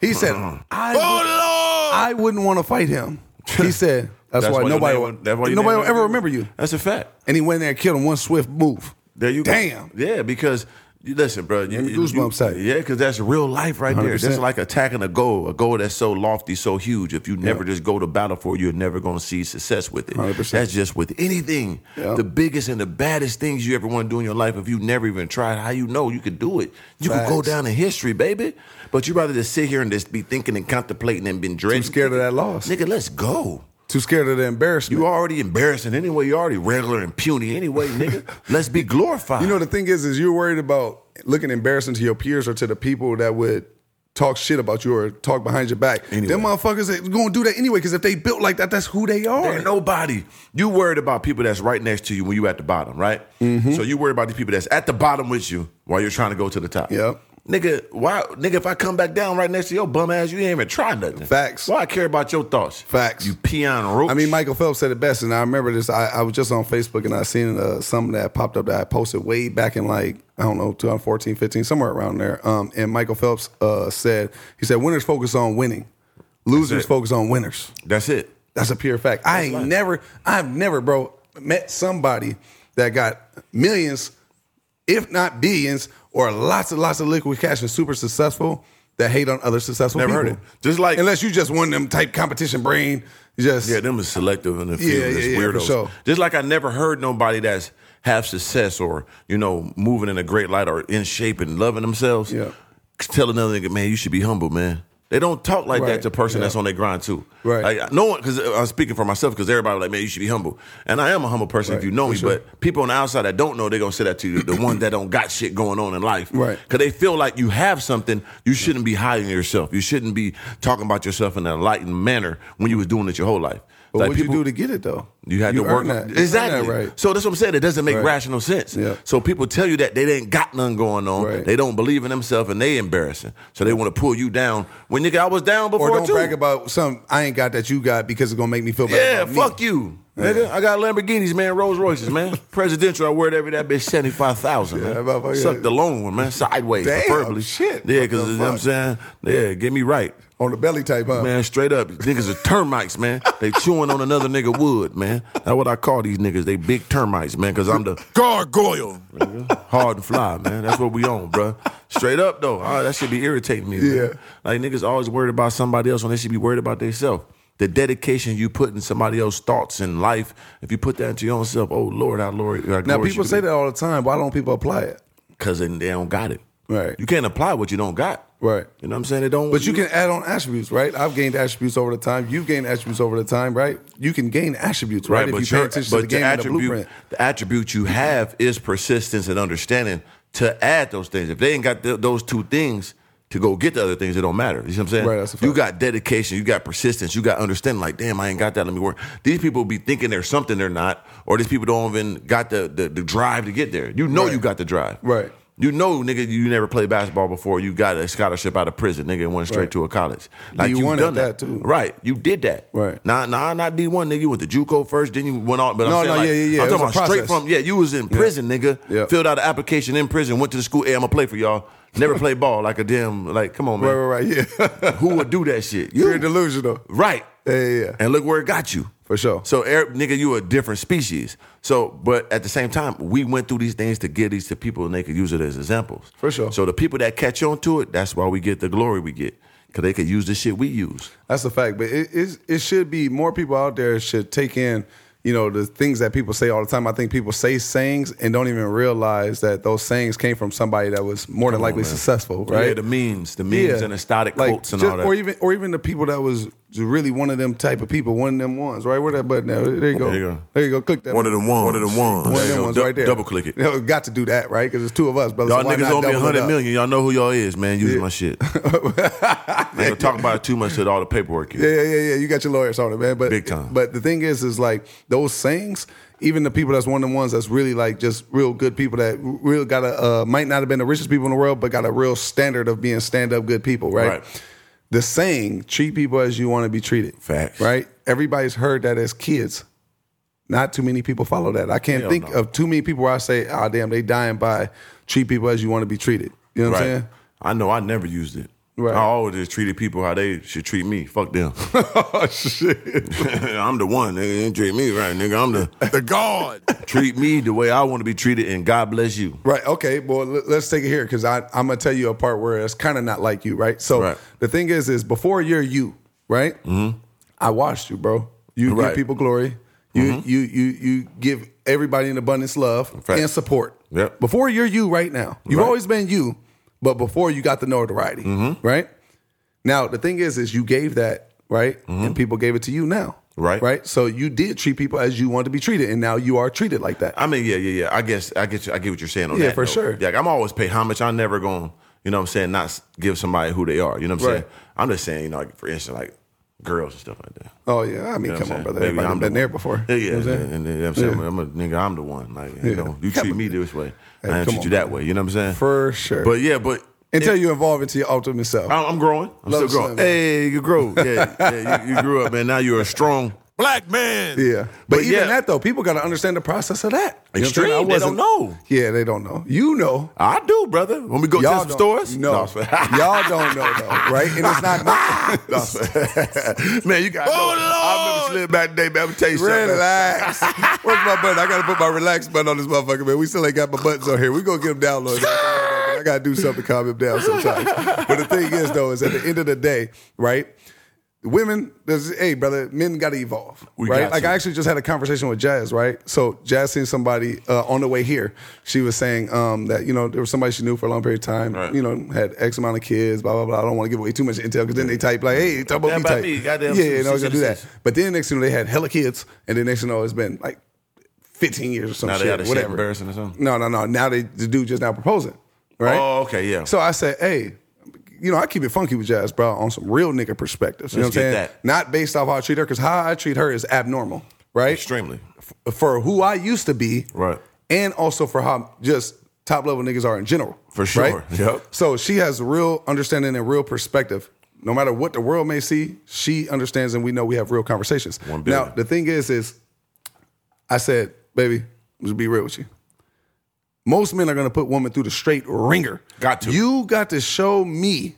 B: He said, I, would, I wouldn't want to fight [LAUGHS] him. He said, That's, why,
A: your
B: nobody,
A: name
B: will,
A: won't- that's why your
B: nobody
A: name
B: will ever
A: won't-
B: remember you.
A: That's a fact.
B: And he went in there and killed him one swift move.
A: There you
B: Damn.
A: go. Damn. Yeah, because You listen, bro. You,
B: me goosebumps
A: you-
B: type.
A: Yeah, because that's real life right there.
B: 100%.
A: That's like attacking a goal, a goal that's so lofty, so huge. If you never just go to battle for it, you're never going to see success with it.
B: 100%.
A: That's just with anything.
B: Yeah.
A: The biggest and the baddest things you ever want to do in your life, if you never even tried, how you know you could do it? You could go
B: Facts.
A: down in history, baby. But you rather just sit here and just be thinking and contemplating and been dreading.
B: scared of that loss.
A: Nigga, let's go.
B: Too scared of the embarrassment.
A: You already embarrassing anyway. You're already regular and puny anyway,
B: [LAUGHS]
A: nigga. Let's be glorified.
B: You know, the thing is, is you're worried about looking embarrassing to your peers or to the people that would talk shit about you or talk behind your back.
A: Anyway.
B: Them motherfuckers are going to do that anyway because if they built like that, that's who they
A: There
B: are.
A: ain't nobody. You worried about people that's right next to you when you at the bottom, right?
B: Mm-hmm.
A: So you worried about the people that's at the bottom with you while you're trying to go to the top.
B: Yep.
A: Nigga, why nigga if I come back down right next to your bum ass, you ain't even try nothing.
B: Facts.
A: Why I care about your thoughts.
B: Facts.
A: You peon roach.
B: I mean, Michael Phelps said it best, and I remember this. I, I was just on Facebook and I seen uh, something that popped up that I posted way back in like I don't know 2014, 15, somewhere around there. Um, and Michael Phelps uh, said he said winners focus on winning, losers
A: it.
B: focus on winners.
A: That's it.
B: That's a pure fact. I ain't never, I've never, bro, met somebody that got millions, if not billions, or lots and lots of liquid cash and super successful that hate on other successful
A: Never
B: people.
A: heard it. Just like-
B: unless you just won them type competition brain, just
A: Yeah, them is selective and the few
B: Yeah,
A: that's
B: yeah, yeah, for
A: weirdos.
B: sure.
A: Just like I never heard nobody that's have success or, you know, moving in a great light or in shape and loving themselves.
B: Yeah.
A: Tell another nigga, man, you should be humble, man. They don't talk like
B: Right,
A: that to a person
B: yeah.
A: that's on their grind too.
B: Right.
A: Like, no one, because I'm speaking for myself, because everybody like, man, you should be humble. And I am a humble person if
B: Right,
A: you know
B: for
A: me,
B: sure.
A: but people on the outside that don't know, they're going to say that to you, the ones that don't got shit going on in life.
B: Right.
A: Because they feel like you have something, you shouldn't be hiding yourself. You shouldn't be talking about yourself in an enlightened manner when you was doing it your whole life.
B: But
A: Like
B: what'd you do to get it though?
A: you had to work
B: earned that. You earned
A: exactly.
B: that right.
A: So that's what I'm saying. It doesn't make
B: Right.
A: rational sense.
B: Yeah.
A: So people tell you that they ain't got nothing going on.
B: Right.
A: They don't believe in themselves, and they embarrassing. So they want to pull you down. When nigga, I was down before
B: or don't
A: too.
B: brag about something I ain't got that you got because it's gonna make me feel bad.
A: yeah,
B: about me.
A: fuck you, nigga. I got Lamborghinis, man. Rolls Royces,
B: [LAUGHS]
A: man. Presidential. I wear it every that bitch seventy five thousand.
B: Yeah,
A: man.
B: motherfucker.
A: Suck the long one, man. Sideways,
B: Damn,
A: preferably.
B: shit.
A: Yeah,
B: What
A: because
B: the
A: you know what I'm saying. Yeah, get me right.
B: on the belly type, huh?
A: Man, straight up, niggas are termites, man. They chewing on another nigga wood, man. That's what I call these niggas. They big termites, man, because I'm the
C: Gargoyle.
A: hard and fly, man. That's what we on, bruh. Straight up though, Ah, that should be irritating me. man.
B: Yeah.
A: like niggas always worried about somebody else when they should be worried about themselves. The dedication you put in somebody else's thoughts and life, if you put that into your own self, oh Lord, I glory.
B: Now people say that all the time. Why don't people apply it?
A: because they don't got it.
B: Right.
A: You can't apply what you don't got.
B: Right.
A: You know what I'm saying? They don't.
B: But you can add on attributes, right? I've gained attributes over the time. You've gained attributes over the time, right? You can gain attributes, right? if you pay
A: your-
B: attention
A: but
B: to the game and the
A: attribute, [LAUGHS]
B: blueprint.
A: the attribute you have is persistence and understanding to add those things. If they ain't got th- those two things to go get the other things, it don't matter. You see what I'm saying?
B: Right, that's a
A: you
B: fact.
A: got dedication, you got persistence, you got understanding. Like, damn, I ain't got that. Let me work. These people be thinking they're something they're not, or these people don't even got the the, the drive to get there. You know
B: Right.
A: you got the drive,
B: Right.
A: You know, nigga, you never played basketball before. You got a scholarship out of prison, nigga, and went straight
B: Right.
A: to a college. Like
B: D1
A: you
B: at
A: done
B: that, too.
A: Right. You did that.
B: Right.
A: Nah, nah, not D one, nigga. You went to JUCO first, then you went on. But
B: No,
A: I'm saying,
B: no,
A: like,
B: yeah, yeah, yeah.
A: I'm
B: It
A: talking
B: was a
A: about straight
B: process.
A: from yeah. You was in prison, nigga.
B: Yeah.
A: Filled out an application in prison. Went to the school. Hey, I'm gonna play for y'all.
B: [LAUGHS]
A: Never played ball like a damn. Like, come on,
B: Right,
A: man.
B: right, right. Yeah.
A: Who would do that shit? You.
B: You're delusional.
A: Right.
B: Yeah, yeah, yeah.
A: And look where it got you.
B: For sure.
A: So, Arab, nigga, you a different species. So, but at the same time, we went through these things to give these to people and they could use it as examples.
B: For sure.
A: So, the people that catch on to it, that's why we get the glory we get. Because they could use the shit we use.
B: That's a fact. But it, it's, it should be more people out there should take in, you know, the things that people say all the time. I think people say sayings and don't even realize that those sayings came from somebody that was more than likely
A: Oh, man.
B: successful, right?
A: Yeah, the memes, the memes and the static
B: Like,
A: quotes and
B: just-
A: all that.
B: Or even or even the people that was really one of them type of people, one of them ones, right? Where that button at? There you go.
A: There you go.
B: There you go. Click that.
A: One of them ones. One of them ones.
B: One
A: There you
B: of them
A: go.
B: ones
A: Du-
B: right there.
A: double click it.
B: You know, got to do that, right? Because it's two of us, brother.
A: Y'all
B: so why
A: niggas
B: not
A: owe me
B: double it
A: 100
B: up?
A: million. Y'all know who y'all is, man. Use my
B: [LAUGHS]
A: shit. I ain't gonna talk about it too much till all the paperwork is.
B: Yeah, yeah, yeah, yeah. You got your lawyers on it, man. But
A: Big time.
B: But the thing is, is like those sayings. Even the people that's one of the ones that's really like just real good people that real got a uh, might not have been the richest people in the world, but got a real standard of being stand up good people, right?
A: Right.
B: The saying "treat people as you want to be treated."
A: Facts.
B: Right. Everybody's heard that as kids. Not too many people follow that. I can't
A: Hell
B: think
A: no.
B: of too many people where I say, "Ah, damn, they dying by treat people as you want to be treated." You know what I'm
A: Right.
B: saying?
A: I know I never used it.
B: Right.
A: I always just treated people how they should treat me. Fuck
B: [LAUGHS]
A: them. [LAUGHS]
B: oh shit.
A: I'm the one. Nigga, you treat me right, nigga. I'm the
B: The [LAUGHS] God.
A: treat me the way I want to be treated, and God bless you.
B: Right. Okay. Well, let- let's take it here because I'm gonna tell you a part where it's kind of not like you, right? So
A: Right.
B: the thing is, is before you're you, right? Mm-hmm. I watched you, bro. You
A: Right. Mm-hmm.
B: give people glory. You you you you give everybody an abundance love
A: fact.
B: and support.
A: Yep.
B: Before you're you right now, you've
A: Right. Mm-hmm.
B: always been you, but before you got the notoriety, right? Now the thing is, is you gave that right, and people gave it to you now,
A: Mm-hmm. Right.
B: Right. So you did treat people as you want to be treated, and now you are treated like that.
A: I mean, yeah, yeah, yeah. I guess I get you, I get what you're saying on
B: Yeah,
A: that.
B: for
A: though.
B: sure.
A: Yeah, like, I'm always pay homage. I never going, you know what I'm saying, not s- give somebody who they are. You know what I'm
B: Right.
A: saying? I'm just saying, you know, like, for instance, like girls and stuff like that.
B: Oh yeah, I mean,
A: You know
B: come
A: what
B: on,
A: I'm
B: brother.
A: saying? Baby,
B: Everybody's
A: I'm
B: been
A: the
B: there
A: one.
B: before.
A: Yeah,
B: You
A: yeah.
B: know what I'm saying?
A: and, and, I'm saying, I'm a nigga, I'm the one. Like, you know, you treat me this way.
B: Hey,
A: I didn't
B: come
A: treat
B: on,
A: you that way. You know what I'm saying?
B: For sure.
A: But yeah, but
B: Until you evolve into your ultimate self.
A: I- I'm growing. I'm
B: Love
A: still growing.
B: Slim, man.
A: Hey, you
B: [LAUGHS]
A: grow. Yeah, yeah you, you grew up, man. Now you're a strong black man.
B: yeah. But,
A: But
B: even
A: yeah.
B: that though, people gotta understand the process of that. You know what I'm saying? I
A: Extreme. They don't
B: wasn't-
A: know.
B: Yeah, they don't know. You know.
A: I do, brother. When we go to some
B: don't-
A: stores,
B: No.
A: I'm
B: [LAUGHS]
A: saying-
B: y'all don't know though, right? And
A: [LAUGHS]
B: it's not Oh,
A: man, you got. I remember Slim back today, man. I'm tell you
B: Relax. [LAUGHS] Where's my button? I gotta put my relax button on this motherfucker, man. We still ain't got my buttons on here. We gonna get him downloaded. I gotta do something to calm him down sometimes. But the thing is, though, is at the end of the day, right? Women, there's, hey, brother, men gotta evolve,
A: We
B: right?
A: got
B: like
A: to.
B: I actually just had a conversation with Jazz, right? So Jazz seen somebody uh, on the way here. She was saying um, that you know there was somebody she knew for a long period of time.
A: Right.
B: You know, had X amount of kids, blah blah blah. I don't want to give away too much intel because then they type like, hey, talk about
A: That
B: me
A: about
B: type.
A: me, goddamn
B: yeah, and I was
A: six,
B: gonna do
A: six,
B: that. But then next thing you know, they had hella kids, and then next thing you know, it's been like 15 years or some
A: Now they
B: shit,
A: out of shape,
B: whatever.
A: embarrassing or something?
B: No, no, no. Now they the dude just now proposing, right?
A: Oh, okay, yeah.
B: So I said, hey, you know, I keep it funky with Jazz, bro, on some real nigga perspectives. You
A: Let's
B: know what I'm
A: get
B: saying?
A: that.
B: Not based off how I treat her, because how I treat her is abnormal, right?
A: Extremely.
B: F- For who I used to be,
A: Right.
B: And also for how just top level niggas are in general,
A: For sure. [LAUGHS]
B: right?
A: Yep.
B: So she has real understanding and real perspective. No matter what the world may see, she understands, and we know we have real conversations.
A: One billion.
B: now, the thing is, is I said, baby, let's be real with you. Most men are gonna put women through the straight ringer.
A: Got to.
B: You got to show me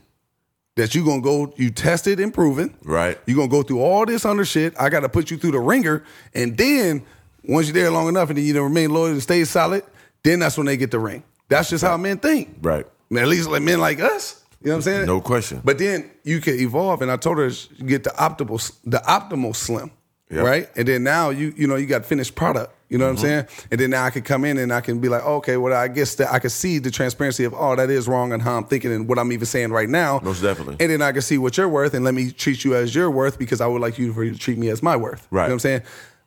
B: that you gonna go, you tested and proven.
A: Right.
B: you gonna go through all this under shit. I gotta put you through the ringer. And then once you're there long enough and then you remain loyal and stay solid, then that's when they get the ring. That's just how men think.
A: Right.
B: And at least like men like us. You know what I'm saying?
A: No question.
B: But then you can evolve, and I told her you get the optimal, the optimal slim,
A: Yeah.
B: right? And then now you you know you got finished product. You know what I'm
A: Mm-hmm.
B: saying? And then now I can come in and I can be like, oh, okay, well I guess that I can see the transparency of oh that is wrong and how I'm thinking and what I'm even saying right now.
A: Most definitely.
B: And then I can see what you're worth and let me treat you as your worth because I would like you for you to treat me as my worth. You know
A: Right.
B: what I'm saying?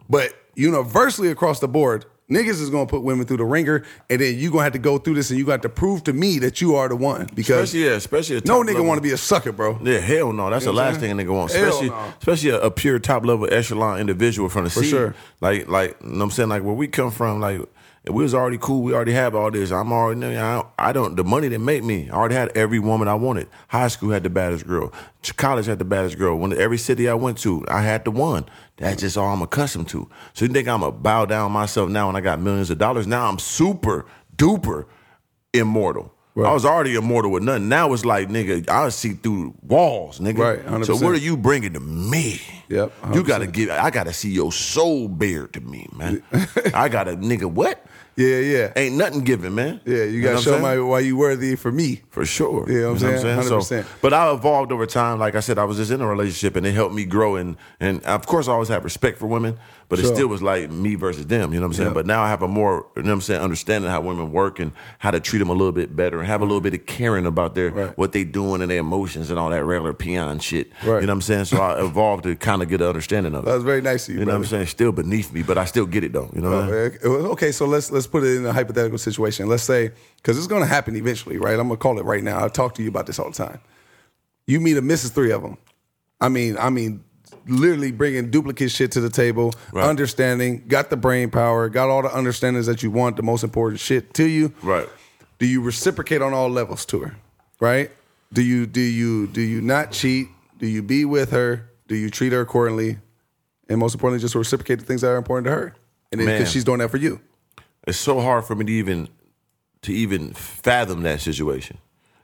B: But universally across the board, niggas is gonna put women through the ringer, and then you gonna have to go through this and you got to prove to me that you are the one because
A: Especially, yeah, especially a
B: no
A: top
B: nigga
A: level-
B: want to be a sucker, bro.
A: Yeah, hell no. That's the last thing a nigga wants.
B: Hell
A: Especially,
B: no.
A: especially a, a pure top level echelon individual from the For
B: sure.
A: Like, like, you know what I'm saying? Like, where we come from, like, we was already cool. We already have all this. I'm already, I don't, I don't, the money that make me, I already had every woman I wanted. High school had the baddest girl. Ch- College had the baddest girl. When every city I went to, I had the one. That's just all I'm accustomed to. So you think I'm going to bow down myself now when I got millions of dollars? Now I'm super duper immortal. I was already immortal with nothing. Now it's like, nigga, I see through walls, nigga.
B: Right, 100%.
A: So what are you bringing to me?
B: Yep,
A: You gotta give. I gotta see your soul bared to me, man. I gotta, nigga. What?
B: Yeah, yeah,
A: Ain't nothing given, man.
B: yeah. You
A: know
B: gotta
A: what I'm
B: show
A: saying?
B: my why you worthy for me.
A: For sure.
B: Yeah, I'm
A: You know
B: saying?
A: So,
B: 100%.
A: but I evolved over time. Like I said, I was just in a relationship and it helped me grow. And, and of course, I always have respect for women, but it
B: Sure.
A: still was like me versus them. You know what I'm saying?
B: Yeah.
A: But now I have a more, you know what I'm saying, understanding how women work and how to treat them a little bit better and have a little bit of caring about their
B: Right.
A: what they doing and their emotions and all that regular peon shit.
B: Right.
A: You know what I'm saying? So I evolved to kind of get an understanding of it.
B: That was very nice of you.
A: you know what I'm
B: brother.
A: saying? Still beneath me, but I still get it though. You know what I'm saying?
B: Uh, Okay, so let's let's put it in a hypothetical situation. Let's say because it's going to happen eventually, right? I'm going to call it right now. I talk to you about this all the time. You meet a Mrs. Three of them. I mean, I mean, literally bringing duplicate shit to the table.
A: Right.
B: Understanding, got the brain power, got all the understandings that you want, the most important shit to you.
A: Right.
B: Do you reciprocate on all levels to her? Right? Do you do you do you not cheat? Do you be with her? Do you treat her accordingly? And most importantly, just reciprocate the things that are important to her. And then
A: Man.
B: because she's doing that for you.
A: it's so hard for me to even to even fathom that situation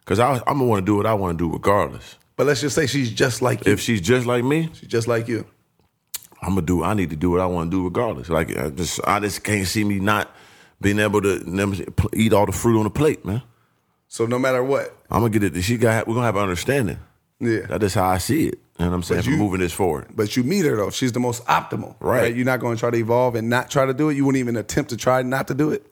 A: Cause I, I'm gonna want to do what I want to do regardless.
B: But let's just say she's just like you.
A: If she's just like me,
B: she's just like you.
A: I'm gonna do. I need to do what I want to do regardless. Like I just, I just can't see me not being able to never pl- eat all the fruit on the plate, man.
B: So no matter what,
A: I'm gonna get it. She got. We're gonna have an understanding.
B: yeah.
A: That is how I see it. You know what I'm saying?
B: But
A: For
B: you-
A: moving this forward.
B: But you meet her though. She's the most optimal,
A: Right.
B: You're not going to try to evolve and not try to do it. You wouldn't even attempt to try not to do it.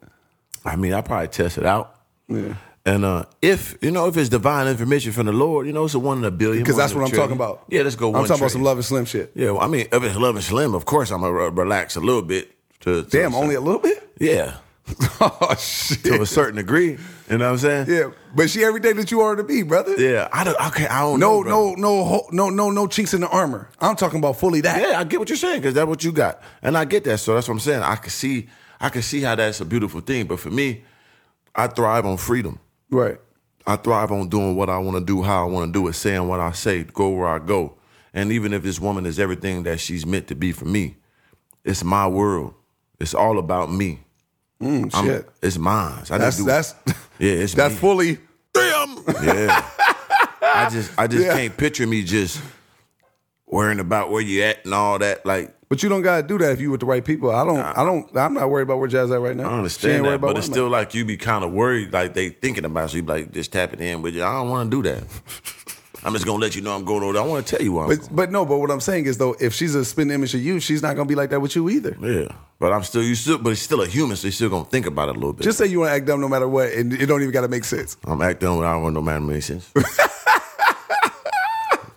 A: I mean, I probably test it out.
B: Yeah.
A: And uh, if you know if it's divine information from the Lord, you know it's a one in a billion.
B: Because
A: one
B: that's
A: in a
B: what I'm
A: trillion.
B: talking about.
A: Yeah, let's go.
B: I'm
A: one
B: talking about some
A: trillion.
B: love and slim shit.
A: Yeah, well, I mean, if it's love and slim, of course I'm gonna re- relax a little bit. To, to
B: Damn, only a little bit. [LAUGHS]
A: yeah,
B: oh
A: [LAUGHS] to a
B: shit.
A: certain degree. You know what I'm saying?
B: Yeah, but she everything that you are to be, brother.
A: yeah. I don't. Okay, I don't.
B: No,
A: know,
B: no,
A: bro.
B: no, ho- no, no, no chinks in the armor. I'm talking about fully that.
A: Yeah, I get what you're saying because that's what you got, and I get that. So that's what I'm saying. I can see, I can see how that's a beautiful thing. But for me, I thrive on freedom.
B: Right.
A: I thrive on doing what I want to do, how I want to do it, saying what I say, go where I go. And even if this woman is everything that she's meant to be for me, it's my world. It's all about me.
B: Mm,
A: I'm-
B: shit.
A: It's mine. I just
B: That's
A: do,
B: that's [LAUGHS]
A: yeah, it's
B: that's
A: me.
B: fully.
A: Yeah. I just I just
B: [LAUGHS] Yeah.
A: can't picture me just worrying about where you at and all that. Like
B: But you don't gotta do that if you with the right people. I don't. I don't. I'm not worried about where Jazz at right now.
A: I
B: She ain't
A: understand
B: worried
A: that, but
B: about where
A: it's
B: I'm
A: still like you be kind of worried, like they thinking about you, you be like just tapping in with you. I don't want to do that. I'm just gonna let you know I'm going over. there. I want to tell you why. I'm
B: But but no, but what I'm saying is though, if she's a spin image of you, she's not gonna be like that with you either.
A: Yeah, but I'm still you still, but it's still a human, so you still gonna think about it a little bit.
B: Just say you want to act dumb no matter what, and it don't even gotta make sense.
A: I'm acting without one no matter many
B: [LAUGHS]
A: sense.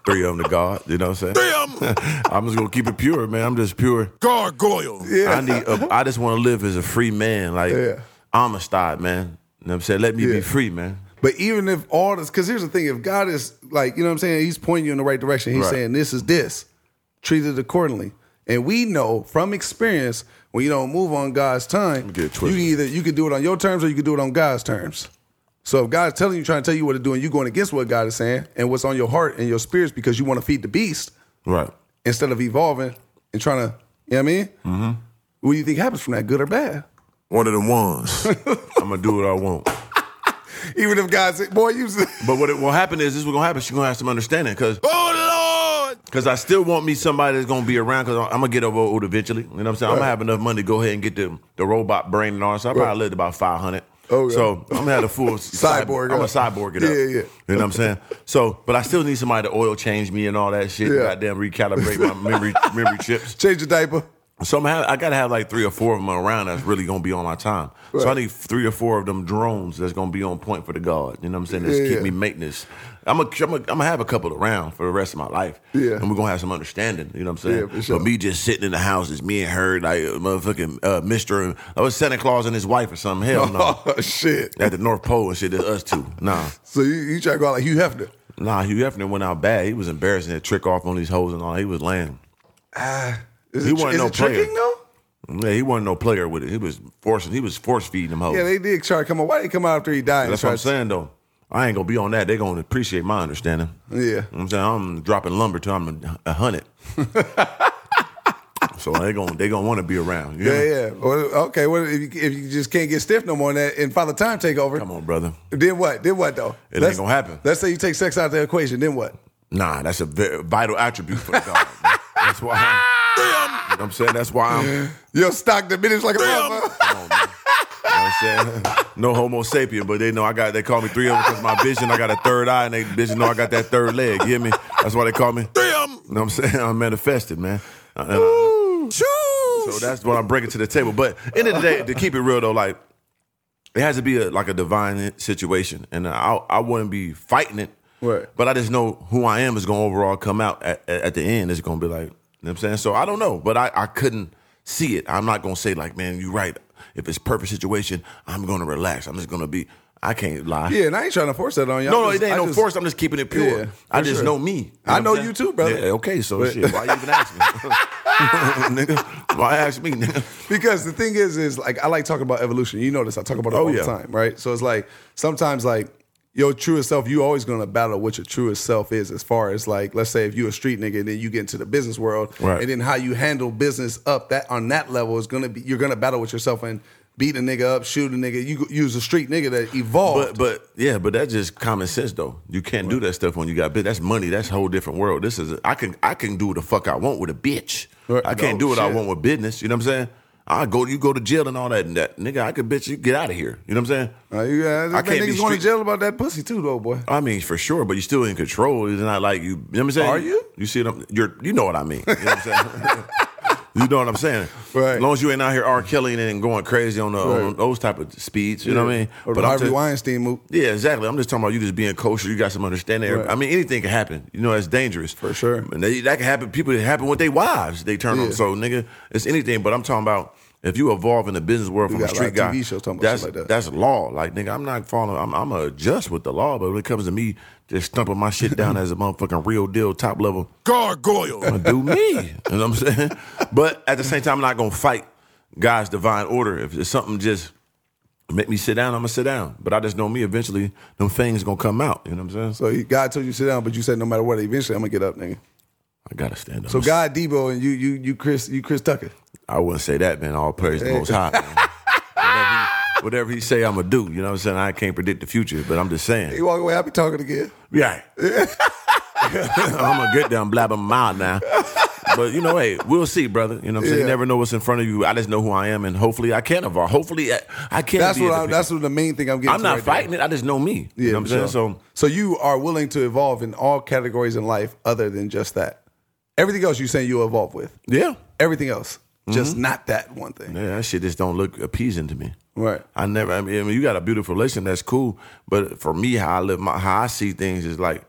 A: Three of them to God, you know what I'm saying? Three of them. [LAUGHS] I'm just gonna keep it pure, man. I'm just pure.
C: Gargoyle.
B: Yeah.
A: I need. A, I just want to live as a free man, like
B: Yeah.
A: Amistad, man. You know what I'm saying? Let me
B: Yeah.
A: be free, man.
B: But even if all this, because here's the thing: if God is like, you know what I'm saying, He's pointing you in the right direction. He's
A: Right.
B: saying this is this, treat it accordingly. And we know from experience when you don't move on God's time,
A: get
B: you
A: it twisted.
B: either you can do it on your terms or you can do it on God's terms. So if God's telling you, trying to tell you what to do, and you're going against what God is saying and what's on your heart and your spirits because you want to feed the beast
A: Right.
B: instead of evolving and trying to, you know what I mean? Mm-hmm. What do you think happens from that, good or bad?
C: One of the ones.
A: [LAUGHS] I'm gonna do what I want.
B: Even if God said, boy, you. [LAUGHS]
A: But what it will happen is this: is gonna happen. She's gonna have some understanding, cause
C: oh, Lord.
A: Cause I still want me somebody that's gonna be around. Cause I'm gonna get over old eventually. You know what I'm saying? I'm gonna have enough money to go ahead and get the the robot brain and all. that. So I probably lived about five hundred.
B: Okay.
A: So I'm gonna have a
B: [LAUGHS]
A: full
B: Oh, Cyborg
A: I'm a
B: up.
A: cyborg it up.
B: Yeah, yeah.
A: You know what I'm saying? So, but I still need somebody to oil change me and all that shit.
B: Yeah.
A: Goddamn, recalibrate my memory memory
B: [LAUGHS]
A: chips.
B: Change your diaper.
A: So I'm ha- I gotta have like three or four of them around that's really gonna be on my time. So I need three or four of them drones that's gonna be on point for the guard. You know what I'm saying? That's
B: Yeah,
A: keep
B: yeah.
A: me maintenance. I'm gonna I'm gonna have a couple around for the rest of my life.
B: Yeah.
A: And we're gonna have some understanding. You know what I'm
B: Yeah,
A: saying?
B: for sure.
A: But me just sitting in the house is me and her like uh, motherfucking uh, Mister. and- I was Santa Claus and his wife or something. Hell no.
B: [LAUGHS] Oh shit!
A: At the North Pole and shit, just us two. Nah.
B: So you, you try to go out like Hugh Hefner?
A: Nah, Hugh Hefner went out bad. He was embarrassing that trick off on these hoes and all. He was laying.
B: Is
A: He
B: it,
A: wasn't
B: is
A: no
B: it tricking
A: player.
B: though?
A: Yeah, he wasn't no player with it. He was forcing. He was force feeding them hoes.
B: Yeah, they did try to come out. Why they come out after he died? and
A: That's what I'm
B: try
A: saying though. I ain't gonna be on that. They gonna appreciate my understanding.
B: to- Yeah.
A: You know what I'm saying I'm dropping lumber till I'm a, a
B: [LAUGHS]
A: hundred. so they gonna they gonna want to be around. You hear
B: Yeah,
A: me?
B: yeah. Well, okay, well, if you, if you just can't get stiff no more and, that, and Father Time take over,
A: Come on, brother.
B: then what? Then what, though?
A: It ain't gonna happen.
B: Let's say you take sex out of the equation, then what?
A: Nah, that's a very vital attribute for the dog. man. that's why. I'm,
B: [LAUGHS]
A: you know what I'm saying that's why I'm.
B: Your stock diminished like a motherfucker. [LAUGHS]
A: Come on, man. You know what I'm saying? [LAUGHS] No Homo sapien, but they know I got. They call me three of them because my vision. I got a third eye, and they vision know I got that third leg. You hear me? That's why they call me three of them. You know what I'm saying? [LAUGHS] I'm manifested, man. Uh, And I- So that's what I'm bringing to the table. But end of the day, to keep it real though, like it has to be a, like a divine situation, and I I wouldn't be fighting it.
B: Right.
A: But I just know who I am is gonna overall come out at, at, at the end. It's gonna be like you know what I'm saying. So I don't know, but I I couldn't see it. I'm not gonna say like, man, you're right. If it's perfect situation, I'm gonna relax. I'm just gonna be. I can't lie.
B: Yeah, and I ain't trying to force that on y'all.
A: No, no,
B: I
A: it
B: just-
A: ain't
B: I
A: no
B: just-
A: force. I'm just keeping it pure.
B: Yeah,
A: I
B: for
A: just
B: sure.
A: know me. You
B: I
A: what
B: know
A: I'm
B: you
A: saying?
B: too, brother.
A: Yeah, okay, so
B: But-
A: shit. Why you even ask me? [LAUGHS]
B: [LAUGHS]
A: nigga, why ask me, nigga?
B: Because the thing is, is like I like talking about evolution. You know this. I talk about it
A: Oh,
B: all
A: yeah.
B: the time, right? So it's like sometimes like your truest self, you always gonna battle what your truest self is as far as like, let's say if you're a street nigga and then you get into the business world,
A: Right.
B: and then how you handle business up that on that level is gonna be you're gonna battle with yourself and beat a nigga up, shoot a nigga. You use a street nigga that evolved.
A: But but yeah, but that's just common sense though. You can't do that stuff when you got bitch. That's money. That's a whole different world. This is I can I can do what the fuck I want with a bitch.
B: Right.
A: I can't
B: Oh,
A: do what I
B: shit.
A: want with business. You know what I'm saying? I go you go to jail and all that and that nigga. I could bitch you get out of here. You know what I'm saying?
B: Uh, you guys,
A: I
B: I
A: can't
B: can't
A: be
B: niggas going
A: street-
B: to jail about that pussy too, though, boy.
A: I mean, for sure, but you're still in control. It's not like you. You know what I'm saying?
B: Are you?
A: You see them? You're. You know what I mean? You know what I'm saying? [LAUGHS] you know what I'm saying?
B: Right.
A: As long as you ain't out here R. Kelly and going crazy on, the, on
B: Right.
A: those type of speeds. You know what I mean?
B: Or
A: But
B: the
A: I'm
B: Harvey
A: just-
B: Weinstein move.
A: Yeah, exactly. I'm just talking about you just being kosher. You got some understanding.
B: Right.
A: I mean, anything can happen. You know, that's dangerous for
B: sure.
A: And they, that can happen. People it happen with their wives. They turn on.
B: Yeah.
A: So nigga, it's anything. But I'm talking about if you evolve in the business world from a
B: got a lot
A: street
B: of
A: guy,
B: TV shows talking about
A: that's
B: shit like that.
A: that's law. Like nigga, I'm not following. I'm I'm gonna adjust with the law. But when it comes to me just thumping my shit
B: [LAUGHS]
A: down as a motherfucking real deal top level,
C: Gargoyle.
A: I'm gonna do me. you know what I'm saying? But at the same time, I'm not gonna fight God's divine order. If it's something just make me sit down, I'm gonna sit down. But I just know me eventually, them things gonna come out. You know what I'm saying? So
B: So he, God told you to sit down, but you said no matter what, eventually I'm gonna get up, nigga.
A: I gotta stand up.
B: So God, Debo, and you, you, you, Chris, you, Chris Tucker.
A: I wouldn't say that, man. All praise the most high. Man.
B: [LAUGHS]
A: Whatever he- Whatever he say, I'm gonna do. You know what I'm saying? I can't predict the future, but I'm just
B: He
A: saying.
B: walk away happy talking again.
A: Yeah, [LAUGHS] I'm gonna get down, blab a mile now. But you know, hey, we'll see, brother. You know, what I'm saying you
B: Yeah.
A: never know what's in front of you. I just know who I am, and hopefully, I can evolve. Hopefully, I, I can.
B: That's
A: be
B: what.
A: in the
B: I,
A: picture.
B: that's what the main thing I'm getting.
A: I'm
B: to
A: not
B: right there.
A: fighting it. I just know me.
B: Yeah,
A: you know what I'm saying?
B: for sure.
A: So
B: so you are willing to evolve in all categories in life, other than just that. Everything else you saying you evolve with.
A: yeah,
B: Everything else, just not that one thing.
A: Mm-hmm. yeah, that shit just don't look appeasing to me.
B: Right.
A: I never. I mean, I mean, you got a beautiful relation. That's cool. But for me, how I live, my how I see things is like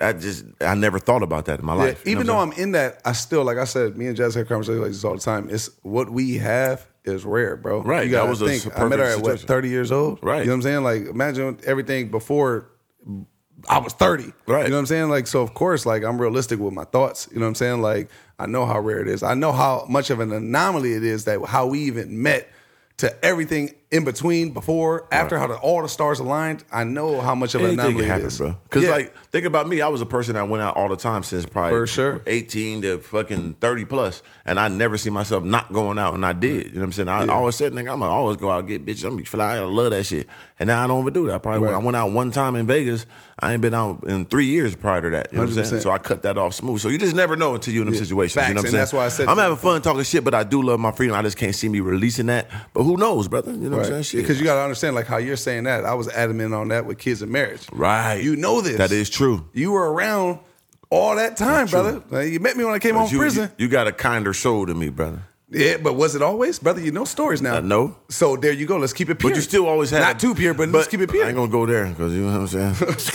A: I just I never thought about that in my
B: Yeah,
A: life. You know
B: even
A: what
B: though
A: I'm
B: I'm in that, I still like I said, me and Jazz had conversations like this all the time. It's what we have is rare, bro.
A: Right,
B: You
A: that
B: gotta
A: was a
B: think. I met
A: perfect
B: her at what
A: situation.
B: 30 years old.
A: Right.
B: You know what I'm saying? Like imagine everything before I was 30.
A: Right.
B: You know what I'm saying? Like so of course, like I'm realistic with my thoughts. You know what I'm saying? Like I know how rare it is. I know how much of an anomaly it is that how we even met. To everything in between, before, after, how the, all the stars aligned, I know how much of an
A: Anything
B: anomaly
A: can happen,
B: it is.
A: bro. Because
B: Yeah.
A: like, think about me. I was a person that went out all the time since probably
B: For sure.
A: eighteen to fucking thirty plus, and I never see myself not going out, and I did. You know what I'm saying? I always said, nigga, I'm gonna always go out and get bitches. I'm gonna be fly. I love that shit. And now I don't even do that. I probably
B: Right.
A: I went out one time in Vegas. I ain't been out in three years prior to that. You know what I'm saying?
B: 100%.
A: So I cut that off smooth. So you just never know until you're in them situations.
B: Facts,
A: you know what I'm
B: and
A: saying?
B: that's why I said
A: I'm
B: to you.
A: having fun talking shit, but I do love my freedom. I just can't see me releasing that. But who knows, brother? You know what I'm saying? Shit.
B: Because you got to understand, like how you're saying that. I was adamant on that with kids and marriage.
A: Right.
B: You know this.
A: That is true.
B: You were around all that time, brother. Like, you met me when I came home
A: you,
B: from prison.
A: You, you got a kinder soul to me, brother.
B: yeah, but was it always, brother? You know stories now.
A: I know.
B: So there you go. Let's keep it pure.
A: But you still always have
B: not too pure, but, let's keep it pure.
A: I ain't
B: [LAUGHS]
A: gonna go there because you know what I'm saying.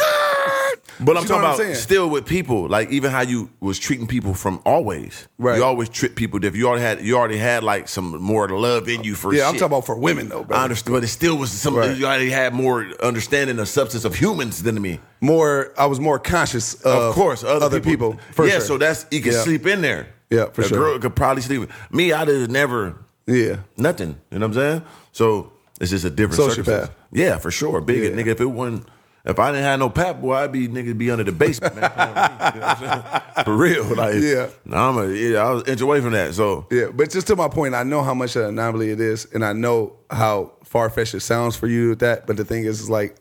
A: but I'm
B: You know
A: talking
B: what I'm
A: about
B: saying?
A: still with people, like even how you was treating people from always.
B: Right.
A: You always treat people different. You already had you already had like some more love in you for
B: yeah, I'm
A: shit.
B: talking about for women though, brother.
A: I understand, but it still was some.
B: Right.
A: You already had more understanding of substance of humans than me.
B: more, I was more conscious of,
A: Of course, other,
B: people. for
A: yeah,
B: sure.
A: so that's you can
B: Yeah.
A: sleep in there.
B: Yeah, for
A: a
B: sure.
A: girl could probably sleep. Me, I just never.
B: Yeah.
A: Nothing. You know what I'm saying? So it's just a different
B: Sociopath.
A: circumstance. Yeah, for sure. Big
B: Yeah.
A: nigga. If it wasn't, if I didn't have no pap, boy, I'd be nigga be under the basement, man. [LAUGHS] Come on, you know what
B: [LAUGHS]
A: I'm saying? for real. Like,
B: Yeah.
A: Nah, I'm a, yeah, I was an inch away from that. So
B: Yeah, but just to my point, I know how much an anomaly it is, and I know how far fetched it sounds for you with that. But the thing is, is like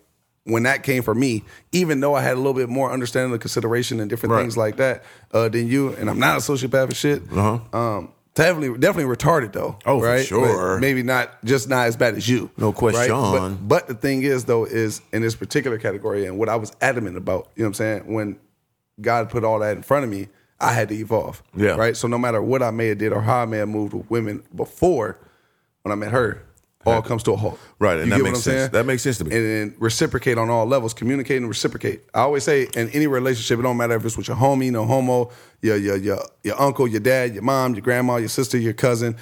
B: when that came for me, even though I had a little bit more understanding of consideration and different
A: Right.
B: things like that uh, than you, and I'm not a sociopath and shit.
A: Uh-huh.
B: Um, definitely, definitely retarded though.
A: Oh, for
B: right? But
A: sure.
B: maybe not just not as bad as you.
A: No question.
B: But, but the thing is though, is in this particular category, and what I was adamant about, you know what I'm saying, when God put all that in front of me, I had to evolve.
A: Yeah.
B: Right. So no matter what I may have did or how I may have moved with women before, when I met her, all comes to a halt.
A: Right, and
B: You
A: that
B: get
A: makes sense. That makes sense to me.
B: And then reciprocate on all levels. Communicate and reciprocate. I always say in any relationship, it don't matter if it's with your homie, no homo, your your your your uncle, your dad, your mom, your grandma, your sister, your cousin.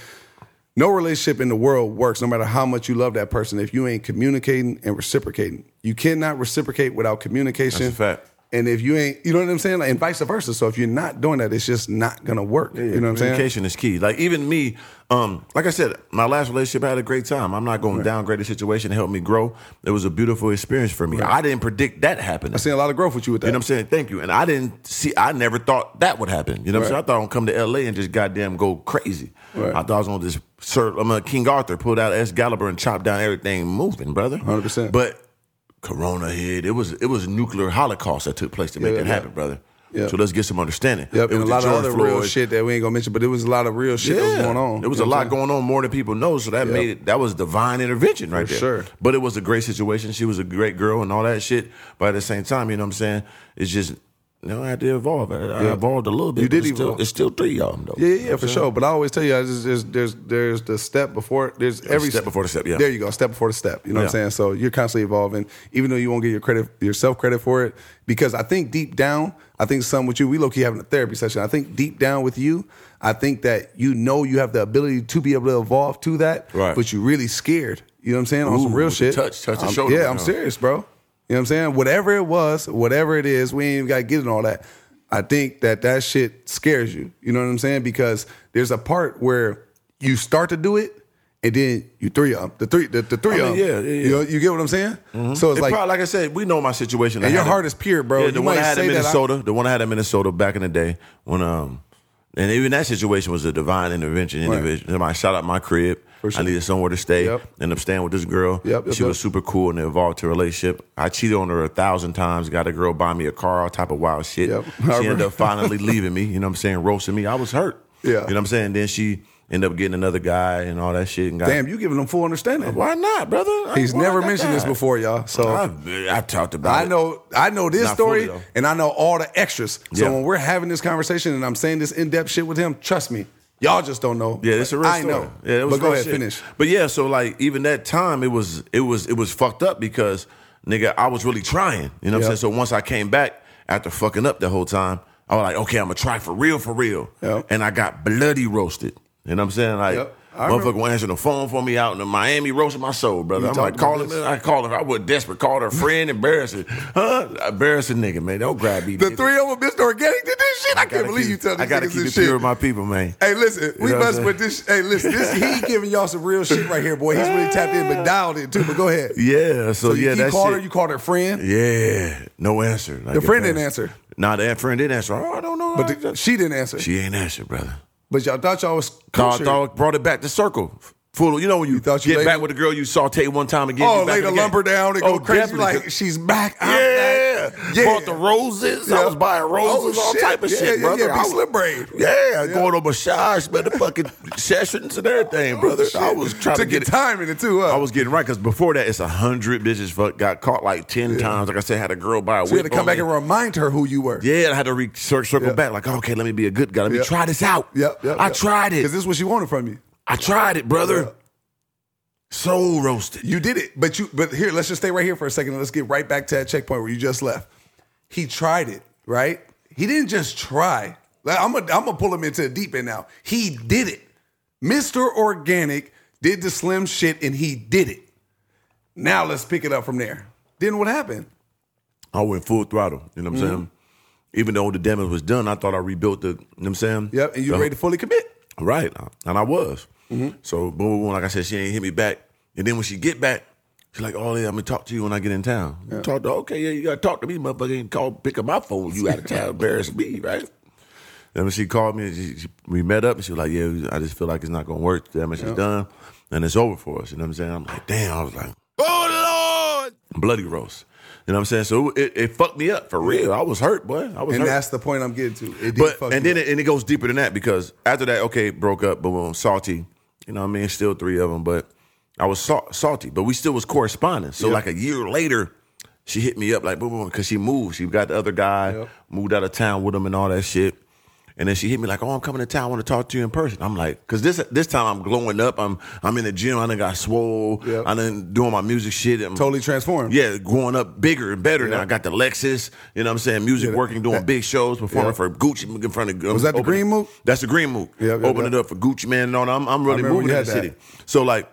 B: No relationship in the world works, no matter how much you love that person, if you ain't communicating and reciprocating. You cannot reciprocate without communication
A: That's a fact.
B: And if you ain't, you know what I'm saying? Like, and vice versa. So if you're not doing that, it's just not gonna work. you know what I'm saying?
A: Communication is key. Like even me, um, like I said, my last relationship I had a great time. I'm not going to downgrade the situation. It helped me grow. It was a beautiful experience for me. I didn't predict that happening.
B: I seen a lot of growth with you with that.
A: You know what I'm saying? Thank you. And I didn't see, I never thought that would happen. You know what I'm saying? I thought I would come to LA and just goddamn go crazy.
B: Right.
A: I thought I was going to just serve, I'm a King Arthur, pulled out Excalibur and chop down everything moving, brother.
B: 100%.
A: But Corona hit. It was it was a nuclear holocaust that took place to make
B: Yeah,
A: that
B: yeah.
A: happen, brother.
B: Yeah.
A: So let's get some understanding.
B: Yep,
A: It
B: and a
A: was the
B: lot of
A: George
B: other real
A: Floyd-
B: shit that we ain't gonna mention, but it was a lot of real shit that was going on.
A: There was
B: You
A: a
B: know what
A: lot
B: I'm
A: going on more than people know, so that
B: Yeah.
A: made it that was divine intervention right
B: For
A: there.
B: sure.
A: But it was a great situation. She was a great girl and all that shit. But at the same time, you know what I'm saying? It's just you know, I had to evolve. I, I evolved a little bit.
B: You
A: but
B: did
A: it's still,
B: evolve.
A: it's still three of them though.
B: Yeah, yeah, yeah, for sure. But I always tell you, I just, there's, there's there's the step before there's every
A: step before the step, yeah.
B: there you go, step before the step. You know what
A: Yeah.
B: I'm saying? So you're constantly evolving, even though you won't get your credit yourself credit for it, because I think deep down, I think some with you, we low key having a therapy session. I think deep down with you, I think that you know you have the ability to be able to evolve to that,
A: Right.
B: but you're really scared. You know what I'm saying? On some
A: Ooh,
B: real
A: with the
B: shit.
A: touch, touch the
B: I'm-
A: shoulder
B: Yeah,
A: right
B: I'm
A: now.
B: serious, bro. You know what I'm saying? Whatever it was, whatever it is, we ain't even got to get in all that. I think that that shit scares you. You know what I'm saying? Because there's a part where you start to do it, and then you three of 'em. the three, the, the three
A: I
B: of
A: mean, yeah,
B: 'em.
A: yeah, yeah. Mm-hmm.
B: You, know, you get what I'm saying? So it's
A: It
B: like
A: probably, like I said, we know my situation. I
B: And your
A: had
B: heart
A: a-
B: is pure, bro.
A: Yeah,
B: You
A: the one I
B: might
A: had in
B: say that I-
A: Minnesota, the one I had in Minnesota back in the day when um, and even that situation was a divine intervention.
B: Right.
A: Individual, somebody shot up my crib.
B: sure.
A: I needed somewhere to stay.
B: Yep.
A: Ended up staying with this girl.
B: Yep, yep,
A: she was
B: yep.
A: super cool and evolved to a relationship. I cheated on her a thousand times. Got a girl buy me a car, all type of wild shit.
B: Yep. [LAUGHS]
A: She ended up finally leaving me. You know what I'm saying? Roasting me. I was hurt.
B: Yeah.
A: You know what I'm saying? Then she ended up getting another guy and all that shit. And got
B: damn, you giving them full understanding.
A: Why not, brother? I
B: He's
A: ain't worried
B: never
A: about
B: mentioned this
A: that.
B: before, y'all. So
A: I've, I've eh, talked about
B: I
A: it.
B: know I know this
A: Not fully,
B: story
A: though.
B: and I know all the extras. So
A: Yeah.
B: when we're having this conversation and I'm saying this in-depth shit with him, trust me, y'all just don't know.
A: Yeah, it's a real
B: I
A: story.
B: know.
A: Yeah, it was
B: but go
A: real
B: ahead,
A: shit.
B: finish.
A: But yeah, so like even that time, it was it was it was fucked up because nigga, I was really trying. You know what
B: Yeah.
A: I'm saying? So once I came back after fucking up the whole time, I was like, okay, I'm gonna try for real, for real.
B: Yeah.
A: And I got bloody roasted. You know what I'm saying? Like.
B: Yep. I remember.
A: Motherfucker was answering the phone for me out in Miami, roasting my soul, brother.
B: You
A: I'm
B: talked
A: like, call
B: about
A: him.
B: this.
A: I called her. I was desperate. Called her
B: [LAUGHS]
A: friend, embarrassing. Huh? Embarrassing nigga, man. Don't grab me.
B: The
A: bitch.
B: three of them, Mr. Organic, did this shit. I,
A: Gotta
B: can't believe
A: keep-
B: you tell these
A: I gotta
B: niggas
A: keep
B: this
A: it pure
B: shit.
A: with my people, man.
B: Hey, listen, we
A: know what
B: must
A: I'm
B: put this. Hey, listen, this he giving y'all some real shit right here, boy. He's really tapped in, but dialed in too. But go ahead.
A: Yeah, so,
B: So you,
A: yeah,
B: you
A: that
B: called
A: shit.
B: her, you called her friend,
A: Yeah, no answer. Like,
B: The friend didn't
A: embarrassing.
B: answer.
A: Nah, that friend didn't answer. Oh, I don't know.
B: but the- she didn't answer.
A: she ain't answer, brother.
B: but y'all thought y'all was
A: Thought,
B: kosher.
A: thought brought it back to circle. Fool, you know when you,
B: thought you
A: get
B: laid-
A: back with a girl you saute one time and get
B: Oh,
A: you back
B: lay
A: in
B: the
A: game.
B: lumber down and
A: Oh,
B: go crazy.
A: definitely.
B: Like she's back. I'm
A: yeah,
B: back.
A: bought the roses. I
B: Yeah.
A: was buying roses,
B: Oh,
A: all
B: shit.
A: type of
B: Yeah,
A: shit,
B: yeah,
A: brother.
B: yeah,
A: I
B: be
A: was-
B: slim braid.
A: Yeah, going on massage, motherfucking [LAUGHS] sessions and everything, brother.
B: Oh, Shit.
A: I was trying
B: Took
A: to get
B: your time in it too. Huh?
A: I was getting right because before that, it's a hundred bitches fuck got caught like ten times. Like I said, had a girl by a
B: So you had to come back and remind her who you were.
A: Yeah, I had to re- cir- circle
B: Yeah.
A: back. Like, okay, let me be a good guy. Let me
B: Yeah.
A: try this out.
B: Yep, yep.
A: I tried it.
B: because this is what she wanted from you.
A: I tried it, brother.
B: Yeah.
A: Soul roasted.
B: You did it, but you. But here, let's just stay right here for a second. and Let's get right back to that checkpoint where you just left. He tried it, right? He didn't just try. Like, I'm gonna I'm gonna pull him into the deep end now. He did it. Mr. Organic did the slim shit, and he did it. Now let's pick it up from there. Then what happened?
A: I went full throttle. You know what I'm
B: Mm-hmm.
A: saying? Even though the damage was done, I thought I rebuilt the. You know what I'm saying?
B: Yep, and you
A: The-
B: ready to fully commit?
A: Right, uh, and I was. So boom, boom, boom, like I said, she ain't hit me back. And then when she get back, she's like, "Oh yeah, I'm gonna talk to you when I get in town." Talk to okay, yeah, you gotta talk to me, motherfucker. Ain't call, pick up my phone. You out of
B: [LAUGHS]
A: town, embarrass me, right? And when she called me, she, she, we met up, and she was like, "Yeah, I just feel like it's not gonna work. The damage is done, and it's over for us." You know what I'm saying? I'm like, "Damn!" I was like, "Oh Lord, bloody roast." You know what I'm saying? So it, it fucked me up for real. I was hurt, boy. I was
B: And
A: hurt
B: that's the point I'm getting to. It did
A: but
B: fuck
A: and
B: you
A: then it, and it goes deeper than that because after that, okay, broke up, but boom, salty. You know what I mean? Still three of them, but I was sa- salty, but we still was corresponding. So
B: Yeah.
A: like a year later, she hit me up like boom, boom, because she moved. She got the other guy,
B: Yep.
A: moved out of town with him, and all that shit. And then she hit me like, "Oh, I'm coming to town. I want to talk to you in person." I'm like, "Cause this this time I'm glowing up. I'm I'm in the gym. I done got swole.
B: Yep.
A: I done doing my music shit. I'm
B: totally transformed.
A: yeah, growing up bigger and better now. I got the Lexus, you know what I'm saying? Music
B: Yeah,
A: working, doing
B: that-
A: big shows, performing
B: yeah.
A: for Gucci in front of um,
B: Was that the Green Mook?
A: That's the Green Mook.
B: Yeah, yeah,
A: Opening
B: yeah.
A: it up for Gucci Man and all that. I'm, I'm really
B: remember
A: moving
B: you
A: in
B: had
A: the
B: that.
A: city. So like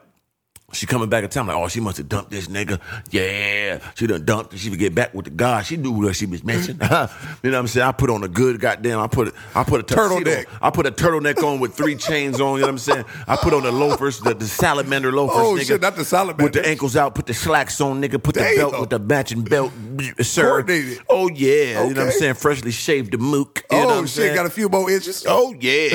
A: She coming back in time like, oh, she must have dumped this nigga. Yeah, she done dumped. She would get back with the guy. She knew what she was missing.
B: [LAUGHS]
A: you know what I'm saying? I put on a good goddamn. I put I put a tuxedo-
B: Turtleneck.
A: I put a turtleneck on with three chains on. You know what I'm saying? I put on the loafers, the, the salamander loafers.
B: Oh,
A: nigga,
B: shit, not the salamander.
A: With the ankles out, put the slacks on, nigga. Put the
B: Damn.
A: belt with the matching belt, [LAUGHS] sir.
B: Coordinated.
A: Oh yeah, you know what I'm
B: Okay.
A: saying? Freshly shaved the mook. You know what
B: oh
A: I'm
B: shit,
A: saying?
B: got a few more inches.
A: Oh
B: [LAUGHS]
A: yeah,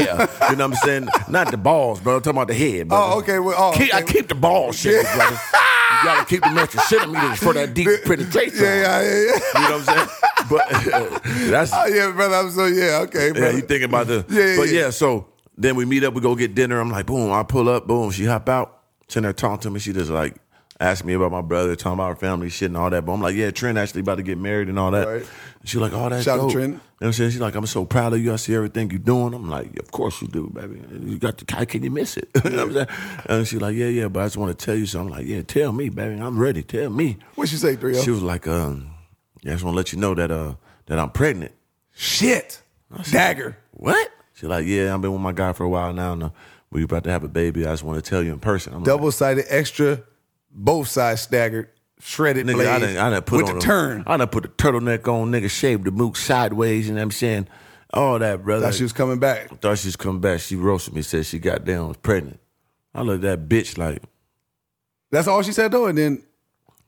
A: you know what I'm saying? Not the balls, bro. I'm talking about the head. Bro.
B: Oh, okay, well, oh,
A: Keep- I
B: okay.
A: keep the ball shit,
B: [LAUGHS]
A: brother. You gotta keep the extra centimeters for that deep penetration.
B: yeah, yeah, yeah, yeah. [LAUGHS]
A: You know what I'm saying? But [LAUGHS] that's
B: Oh yeah, brother. I'm so yeah, okay,
A: yeah.
B: brother.
A: You thinking about the
B: Yeah, yeah,
A: but yeah.
B: yeah.
A: So then we meet up. We go get dinner. I'm like, boom. I pull up. Boom. She hop out. She's in there talking to me. She just like asked me about my brother, talking about her family, shit, and all that. But I'm like, yeah, Trent actually about to get married and all that.
B: Right.
A: She like, all that.
B: Shout out
A: dope.
B: Trent.
A: You know what I'm saying? She's like, I'm so proud of you. I see everything you're doing. I'm like, of course you do, baby. You got the. How can you miss it? [LAUGHS] you know what I'm saying? And she's like, yeah, yeah. But I just want to tell you something. I'm like, yeah, tell me, baby. I'm ready. Tell me.
B: What you say, three? oh?
A: She was like, um, yeah, I just want to let you know that uh that I'm pregnant.
B: Shit, dagger.
A: What? She like, yeah, I've been with my guy for a while now. And, uh, we about to have a baby. I just want to tell you in person. I'm like,
B: Double sided extra, both sides staggered, shredded
A: nigga,
B: blades.
A: I done, I done put
B: with
A: on
B: the
A: a-
B: turn.
A: I done put the turtleneck on, nigga, shaved the mook sideways, and I'm saying all that, brother.
B: Thought she was coming back.
A: Thought she's coming back. She roasted me, said she got down, was pregnant. I looked at that bitch like,
B: That's all she said though, and then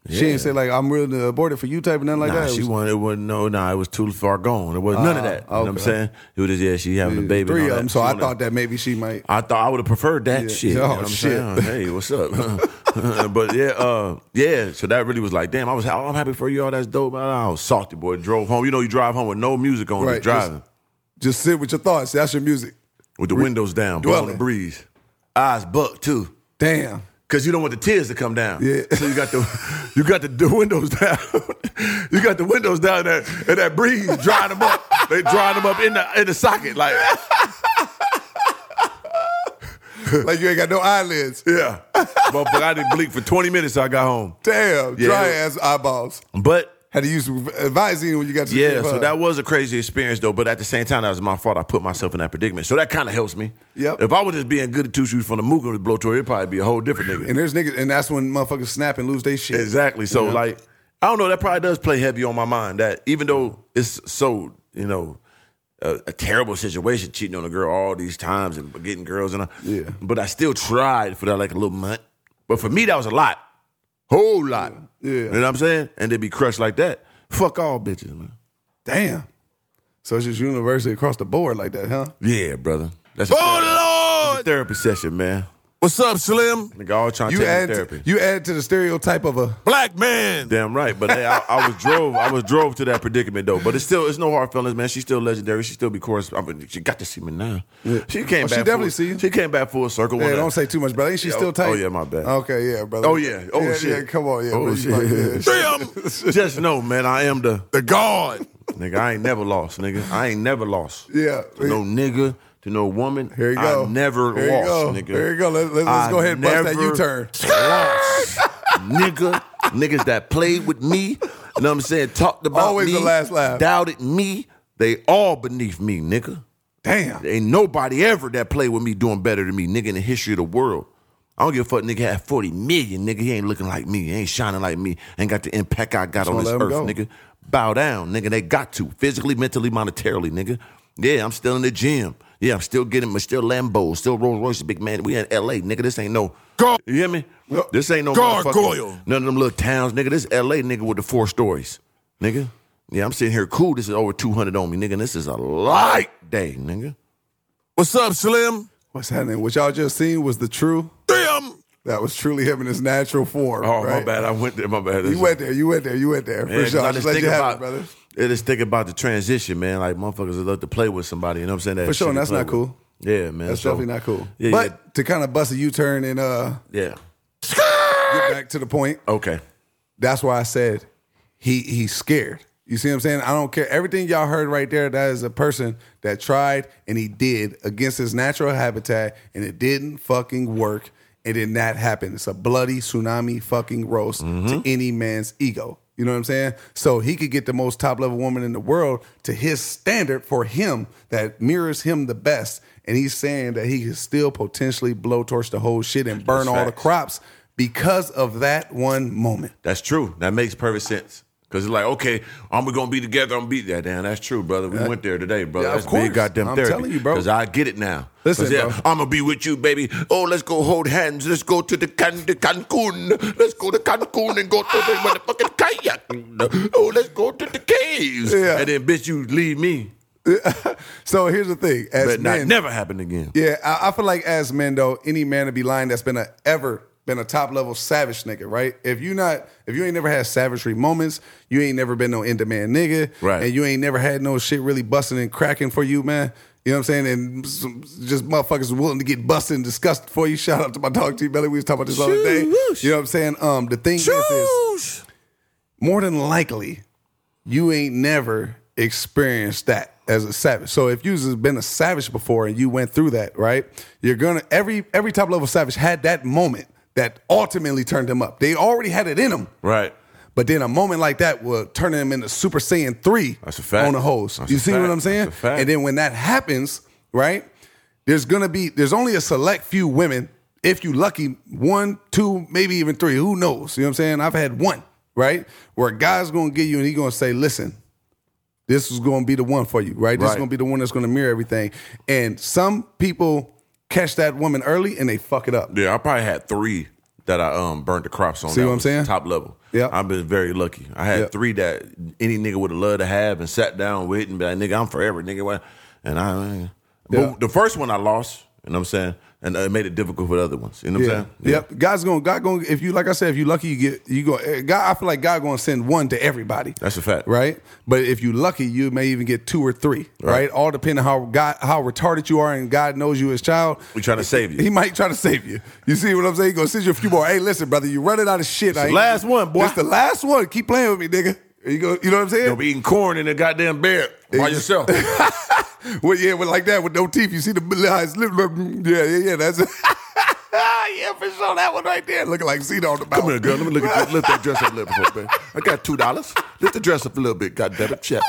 B: she
A: Yeah.
B: didn't say like I'm willing to abort it for you type and nothing like
A: nah,
B: that. It
A: she
B: was- Uh,
A: wanted, it wasn't, no, nah, it was too far gone. It was none of that. You know what I'm
B: okay.
A: saying? It was just, yeah, she having a baby. and
B: three
A: all
B: of them.
A: that.
B: So
A: She
B: I
A: wanted-
B: thought that maybe she might.
A: I thought I would have preferred that
B: Yeah.
A: shit. you know
B: Oh,
A: what I'm
B: shit.
A: saying? Hey, what's up? [LAUGHS] but yeah, uh, yeah. So that really was like, damn. I was, oh, I'm happy for you. All that's dope. man. I was salty, boy. Drove home. You know, you drive home with no music on,
B: Right,
A: just
B: just-
A: driving
B: Just sit with your thoughts. That's your music.
A: with the windows down, blowing the
B: dwelling.
A: breeze, eyes bucked too, [LAUGHS]
B: Damn.
A: because you don't want the tears to come down.
B: Yeah.
A: So you got the, you got the, the windows [LAUGHS] down. you got the windows down there, and that breeze drying them up. They drying them up in the in the socket, like
B: like you ain't got no eyelids.
A: yeah. But I didn't blink for 20 minutes. till I got home,
B: Damn.
A: Yeah.
B: Dry ass eyeballs.
A: but.
B: Had to use advising when you got to the
A: Yeah,
B: crib,
A: so
B: huh?
A: that was a crazy experience though, but at the same time, that was my fault. I put myself in that predicament. So that kind of helps me.
B: Yep.
A: If I was just being good at two shoes from the mook with blow tour, it'd probably be a whole different nigga.
B: And there's niggas, and that's when motherfuckers snap and lose their shit.
A: exactly. So like, I don't know. That probably does play heavy on my mind. That even though it's so you know a, a terrible situation, cheating on a girl all these times and getting girls and all,
B: Yeah.
A: But I still tried for that like a little month. But for me, that was a lot, whole lot.
B: Yeah.
A: You know what I'm saying? And they be crushed like that. Fuck all bitches, man.
B: Damn. So it's just universally across the board like that, huh?
A: Yeah, brother. That's
C: Oh, Lord!
A: therapy session, man.
C: What's up, Slim?
A: Nigga, all trying to
B: You
A: take me
B: add
A: to therapy.
B: to, you add to the stereotype of a
C: Black man.
A: Damn right, but hey, I, I was drove. I was drove to that predicament though. But it's still, it's no hard feelings, man. She's still legendary. She still be chorus. I mean, she got to see me now. She came
B: Oh,
A: back.
B: she definitely
A: full,
B: see you.
A: She came back full circle.
B: Yeah,
A: when I-
B: don't say too much, brother. Ain't she
A: Yeah, oh-
B: still tight?
A: oh, yeah, my bad.
B: Okay, yeah, brother.
A: Oh yeah. Oh
B: yeah,
A: shit.
B: Yeah, come on, yeah.
A: Oh
B: what you like, yeah.
A: shit.
B: [LAUGHS]
A: Just know, man. I am the
C: The guard.
A: nigga. I ain't never lost, nigga. I ain't never [LAUGHS] lost.
B: Yeah.
A: To no nigga. To no woman.
B: Here you go.
A: I never
B: Here
A: lost,
B: you go.
A: nigga.
B: Here you go. Let, let's
A: I
B: go ahead and bust that
A: never
B: U-turn.
A: lost. Nigga, niggas that played with me, you know what I'm saying? Talked about
B: Always
A: me,
B: the last laugh.
A: doubted me. They all beneath me, nigga.
B: Damn.
A: There ain't nobody ever that played with me doing better than me, nigga, in the history of the world. I don't give a fuck, nigga had 40 million, nigga. He ain't looking like me. He ain't shining like me. Ain't got the impact I got on
B: wanna
A: this
B: let him
A: earth,
B: go.
A: nigga. Bow down, nigga. They got to. Physically, mentally, monetarily, nigga. Yeah, I'm still in the gym. Yeah, I'm still getting my still Lambo, still Rolls Royce, big man. We in LA, nigga. This ain't no
C: Gar-
A: You hear me? This ain't no
C: Gargoyle.
A: motherfucking- None of them little towns, nigga. This LA nigga with the four stories. Nigga. Yeah, I'm sitting here cool. This is over 200 on me, nigga. And this is a light day, nigga.
C: What's up, Slim?
B: What's happening? What y'all just seen was the true.
C: Slim.
B: That was truly him in his natural form.
A: Oh my
B: right?
A: bad, I went there. My bad.
B: You went there. You went there. You went there.
A: Man,
B: For sure.
A: 'cause I
B: Just
A: just
B: let
A: think
B: you have
A: about
B: it, brother.
A: I just think about the transition, man. Like motherfuckers would love to play with somebody. You know what I'm saying? That
B: For sure,
A: shit
B: and
A: to
B: that's
A: play
B: not
A: with.
B: cool.
A: Yeah, man.
B: That's
A: so-
B: definitely not cool.
A: Yeah,
B: but to kind of bust a U-turn and uh,
A: yeah, yeah.
B: get back to the point,
A: Okay.
B: that's why I said he he's scared. You see what I'm saying? I don't care. Everything y'all heard right there, that is a person that tried and he did against his natural habitat and it didn't fucking work. It did not happen. It's a bloody tsunami fucking roast to any man's ego. You know what I'm saying? So he could get the most top level woman in the world to his standard for him that mirrors him the best. And he's saying that he could still potentially blow torch the whole shit and burn all the
A: facts.
B: crops because of that one moment.
A: That's true. That makes perfect sense. Cause it's like, okay, I'm gonna be together. I'm beat that damn. That's true, brother. We went there today, brother.
B: Yeah, of
A: That's big
B: course.
A: goddamn
B: I'm
A: therapy.
B: telling you, bro.
A: Cause I get it now.
B: Listen,
A: 'Cause, yeah,
B: bro.
A: I'm gonna be with you, baby. Oh, let's go hold hands. Let's go to the Can- the Cancun. Let's go to Cancun and go to
B: Ah,
A: the motherfucking kayak. Oh, let's go to the caves.
B: Yeah.
A: And then, bitch, you leave me.
B: So here's the thing. As
A: But not
B: men-
A: never happen again.
B: Yeah, I, I feel like as men though, any man to be lying that's been a ever been a top level savage nigga, right? If you not if you ain't never had savagery moments, you ain't never been no in demand nigga,
A: Right.
B: And you ain't never had no shit really busting and cracking for you, man. You know what I'm saying? And some, just motherfuckers willing to get busted and discussed for you. Shout out to my dog T Belly. We was talking about this all day.
A: Shoosh.
B: You know what I'm saying? Um, the thing is, is more than likely, you ain't never experienced that as a savage. So if you've been a savage before and you went through that, right? You're gonna every every top level savage had that moment that ultimately turned them up. They already had it in them.
A: Right.
B: But then a moment like that will turn them into Super Saiyan 3
A: That's a fact.
B: on the host.
A: That's
B: you
A: a
B: see
A: fact.
B: what I'm saying?
A: That's a fact.
B: And then when that happens, right? There's gonna be there's only a select few women, if you lucky, one, two, maybe even three. Who knows? You know what I'm saying? I've had one, right? Where a guy's gonna get you and he's gonna say, listen, this is going to be the one for you, right? This is
A: Right.
B: going to be the one that's going to mirror everything. And some people catch that woman early and they fuck it up.
A: Yeah, I probably had three that I um burned the crops on.
B: See
A: that
B: what I'm
A: was
B: saying?
A: Top level.
B: Yep.
A: I've been very lucky. I had
B: Yep.
A: three that any nigga would have loved to have and sat down with and be like, nigga, I'm forever, nigga. What? And I, uh,
B: Yeah.
A: but the first one I lost, you know what I'm saying? And uh, it made it difficult for the other ones. You know what I'm
B: Yeah.
A: saying?
B: Yep. God's going. to God going. to If you like, I said, if you lucky, you get you go. eh, God, I feel like God going to send one to everybody.
A: That's a fact.
B: right? But if you lucky, you may even get two or three, right?
A: Right.
B: All depending how God how retarded you are, and God knows you as child.
A: We trying to save you.
B: [LAUGHS] He might try to save you. You see what I'm saying? He gonna send you a few more. Hey, listen, brother, you running out of shit. I
A: the
B: ain't-
A: last one, boy.
B: It's the last one. Keep playing with me, nigga. You go. You know what I'm saying?
A: You'll be eating corn in a goddamn bed by yourself.
B: Well, yeah, well, like that with no teeth. You see the little eyes, lip, lip, yeah, yeah, yeah. That's [LAUGHS] yeah, for sure. That one right there, looking like Cena on the
A: Come here, girl. Let me look at lift that dress up a little bit, baby. I got two dollars. Lift the dress up a little bit. Goddamn it, [LAUGHS] check.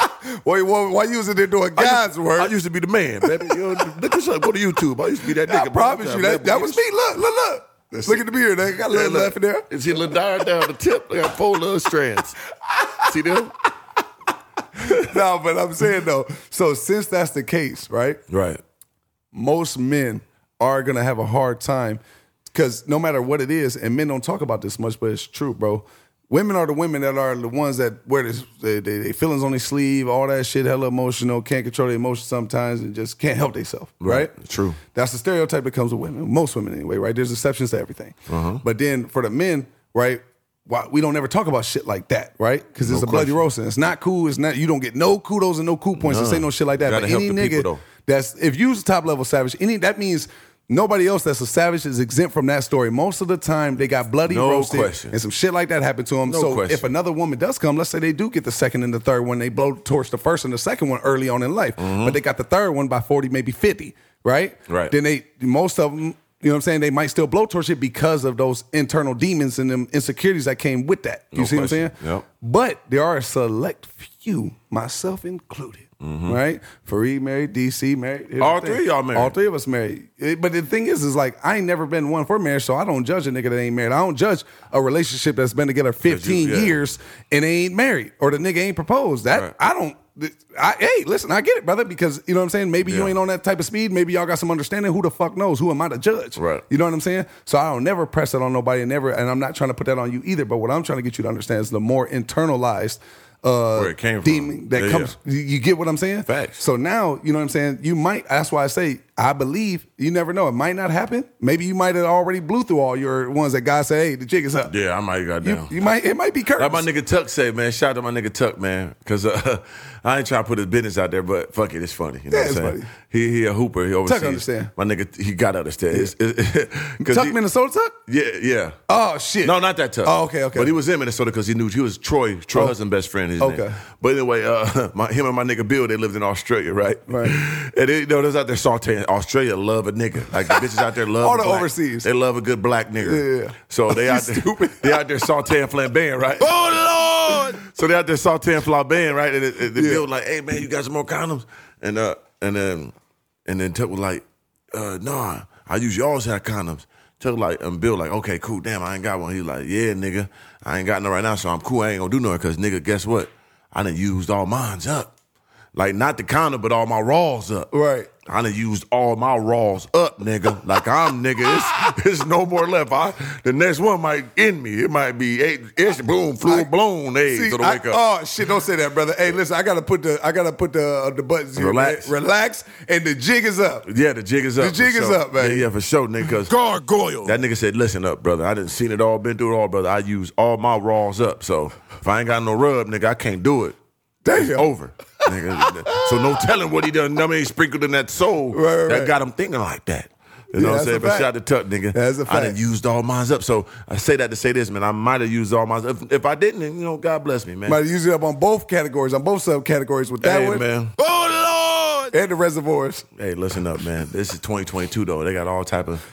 B: Why, why, why you was in there doing
A: I used-
B: God's work?
A: I used to be the man, baby. You know, look this up. Go to YouTube. I used to be that nigga.
B: I promise you, that, that was me. Look, look, look.
A: That's
B: look
A: it.
B: at the beard. They got a
A: Yeah,
B: little
A: look.
B: left in there.
C: [LAUGHS]
A: You see a little dye down the tip? They got four little strands. See [LAUGHS] them?
B: no, but I'm saying though. So since that's the case, right?
A: Right.
B: Most men are gonna have a hard time because no matter what it is, and men don't talk about this much, but it's true, bro. Women are the women that are the ones that wear this, they, they, they feelings on their sleeve, all that shit, hella emotional, can't control their emotions sometimes, and just can't help themselves, right?
A: Right. True.
B: That's the stereotype that comes with women, most women anyway, right? There's exceptions to everything.
A: Uh-huh.
B: But then for the men, right? Why, we don't ever talk about shit like that, right? Because it's a bloody roast and it's not cool. It's not you don't get no kudos and no coup points and say no shit like that.
A: Gotta
B: But
A: help
B: any
A: the
B: nigga
A: people, though.
B: that's if you's a top level savage, any that means nobody else that's a savage is exempt from that story. Most of the time they got bloody
A: No
B: roasted
A: question.
B: and some shit like that happened to them.
A: No
B: so
A: question.
B: if another woman does come, let's say they do get the second and the third one, they blow torch the first and the second one early on in life, but they got the third one by forty, maybe fifty, right?
A: Mm-hmm. Right.
B: Then they most of them. You know what I'm saying? They might still blowtorch it because of those internal demons and them insecurities that came with that. You
A: No
B: see
A: question.
B: what I'm saying?
A: Yep.
B: But there are a select few, myself included, right? Fareed married, DC married. Here's
A: Mm-hmm. All
B: the thing.
A: three y'all married.
B: All three of us married. It- but the thing is, is like I ain't never been one for marriage, so I don't judge a nigga that ain't married. I don't judge a relationship that's been together 15
A: yeah.
B: years and they ain't married or the nigga ain't proposed. That
A: Right.
B: I don't. I, hey, listen, I get it, brother, because you know what I'm saying. Maybe you
A: Yeah.
B: ain't on that type of speed. Maybe y'all got some understanding. Who the fuck knows? Who am I to judge?
A: Right.
B: You know what I'm saying? So I don't never press it on nobody, and never, and I'm not trying to put that on you either. But what I'm trying to get you to understand is the more internalized uh,
A: Where it came from.
B: demon that
A: Yeah,
B: comes. You you get what I'm saying?
A: Facts.
B: So now you know what I'm saying. You might. That's why I say I believe. You never know. It might not happen. Maybe you might have already blew through all your ones that God said, "Hey, the jig is up."
A: Yeah, I might have got
B: You,
A: down.
B: you might. It might be cursed.
A: Like my nigga Tuck say, man. Shout out to my nigga Tuck, man. Cause uh, [LAUGHS] I ain't trying to put his business out there, but fuck it, it's funny. You know
B: Yeah,
A: what
B: it's
A: I'm saying?
B: funny.
A: He he a hooper. He overseas.
B: understand.
A: My nigga, he got to understand. It's- it's- [LAUGHS] 'cause
B: Tuck
A: he-
B: Minnesota Tuck.
A: Yeah, yeah.
B: Oh shit.
A: [LAUGHS] No, not that tough.
B: Oh, okay, okay.
A: But he was in Minnesota because he knew he was Troy, Troy
B: Oh.
A: husband, best friend. His
B: Okay.
A: Name. But anyway, uh, [LAUGHS] my, him and my nigga Bill, they lived in Australia, right?
B: Right.
A: [LAUGHS] And they, you know, those out there sauteing. Australia love a nigga. Like the bitches out there love
B: All
A: a
B: the
A: black-
B: overseas.
A: They love a good black nigga.
B: Yeah.
A: So
B: [LAUGHS]
A: they out there,
B: stupid.
A: [LAUGHS] they out there sauteing flambeing, right?
B: [LAUGHS] Oh Lord.
A: [LAUGHS] So they out there sauteing flambéing, right? And, it, and the
B: Yeah.
A: bill was like, "Hey man, you got some more condoms?" And uh, and then and then Tuck was like, uh, "Nah, I usually always have condoms." Took like and Bill like, okay, cool, damn, I ain't got one. He like, yeah, nigga, I ain't got no right now, so I'm cool. I ain't gonna do nothing because nigga, guess what? I done used all mines up. Like not the counter, but all my raws up.
B: Right.
A: I done used all my raws up, nigga. Like I'm nigga. It's, [LAUGHS] it's no more left. I the next one might end me. It might be eight it's boom, flu blown AIDS
B: See,
A: to the
B: I-
A: wake up.
B: Oh shit! Don't say that, brother. Hey, listen, I gotta put the I gotta put the uh, the buttons here.
A: Relax.
B: man. relax, and the jig is up.
A: Yeah, the jig is up.
B: The jig
A: for
B: is
A: sure.
B: up, man.
A: Yeah, yeah, for sure, nigga. 'cause
B: Gargoyle.
A: That nigga said, "Listen up, brother. I didn't seen it all, been through it all, brother. I use all my raws up. So if I ain't got no rub, nigga, I can't do it. It's
B: Damn.
A: over, nigga. so no telling what he done. I mean, he sprinkled in that soul
B: Right, right,
A: that
B: right.
A: got him thinking like that. You
B: Yeah,
A: know what
B: that's
A: I'm
B: a
A: saying? But
B: fact.
A: shout to Tuck, nigga.
B: That's a
A: I done
B: fact.
A: used all mine up. So I say that to say this, man. I might have used all mine. If, if I didn't, then, you know, God bless me, man.
B: Might use it up on both categories, on both subcategories with that
A: hey,
B: one
A: man.
B: Oh Lord! And the reservoirs.
A: Hey, listen up, man. This is 2022 though. They got all type of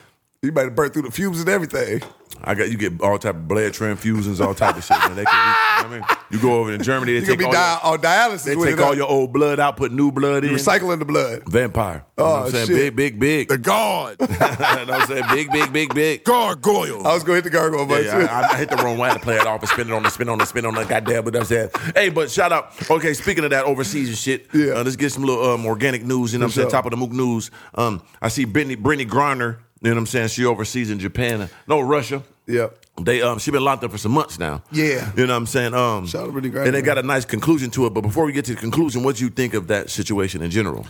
B: You might have burnt through the fumes and everything.
A: I got you get all type of blood transfusions, all type of shit. Man. They can, you, know what I mean, you go over to Germany, they
B: You could
A: take
B: be
A: all
B: di-
A: your,
B: on dialysis.
A: they
B: with
A: take
B: it uh,
A: all
B: up.
A: your old blood out, put new blood in.
B: recycling the blood.
A: Vampire. You know what
B: Oh,
A: I'm saying?
B: shit.
A: Big, big, big.
B: guard.
A: [LAUGHS] you know what I'm saying? Big, big, big,
B: [LAUGHS]
A: big. Uh,
B: I was gonna hit the gargoyle,
A: Yeah,
B: but
A: yeah,
B: [LAUGHS]
A: I, I hit the wrong way. I had to play it off and spin it on the spin on the spin on the goddamn. But I'm saying, hey, but shout out. Okay, speaking of that overseas and shit,
B: Yeah.
A: uh, let's get some little um, organic news. You know what I'm
B: For
A: saying?
B: sure.
A: Top of the mook news. Um, I see Brittany, Brittany Griner. You know what I'm saying? She overseas in Japan. No, Russia.
B: Yep.
A: They um she been locked up for some months now.
B: Yeah.
A: You know what I'm saying? Um
B: Shout out to Brittany Griner,
A: And they got a
B: man.
A: nice conclusion to it. But before we get to the conclusion, what do you think of that situation in general?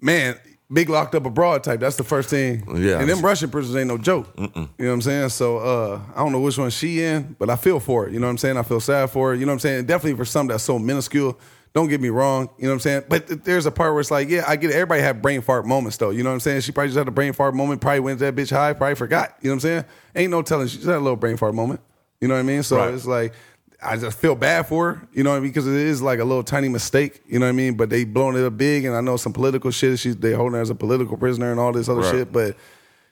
B: man, big locked up abroad type. That's the first thing.
A: Yeah.
B: And them Russian prisoners ain't no joke. You know what I'm saying? So uh, I don't know which one she in, but I feel for it. You know what I'm saying? I feel sad for it. You know what I'm saying? Definitely for some that's so minuscule. Don't get me wrong. You know what I'm saying? But th- there's a part where it's like, yeah, I get it. Everybody had brain fart moments though. You know what I'm saying? She probably just had a brain fart moment, probably went to that bitch high, probably forgot. You know what I'm saying? Ain't no telling. She just had a little brain fart moment. You know what I mean? So
A: Right.
B: it's like I just feel bad for her, you know what I mean? Because it is like a little tiny mistake, you know what I mean? But they blowing it up big, and I know some political shit. She's they holding her as a political prisoner and all this other
A: Right.
B: shit. But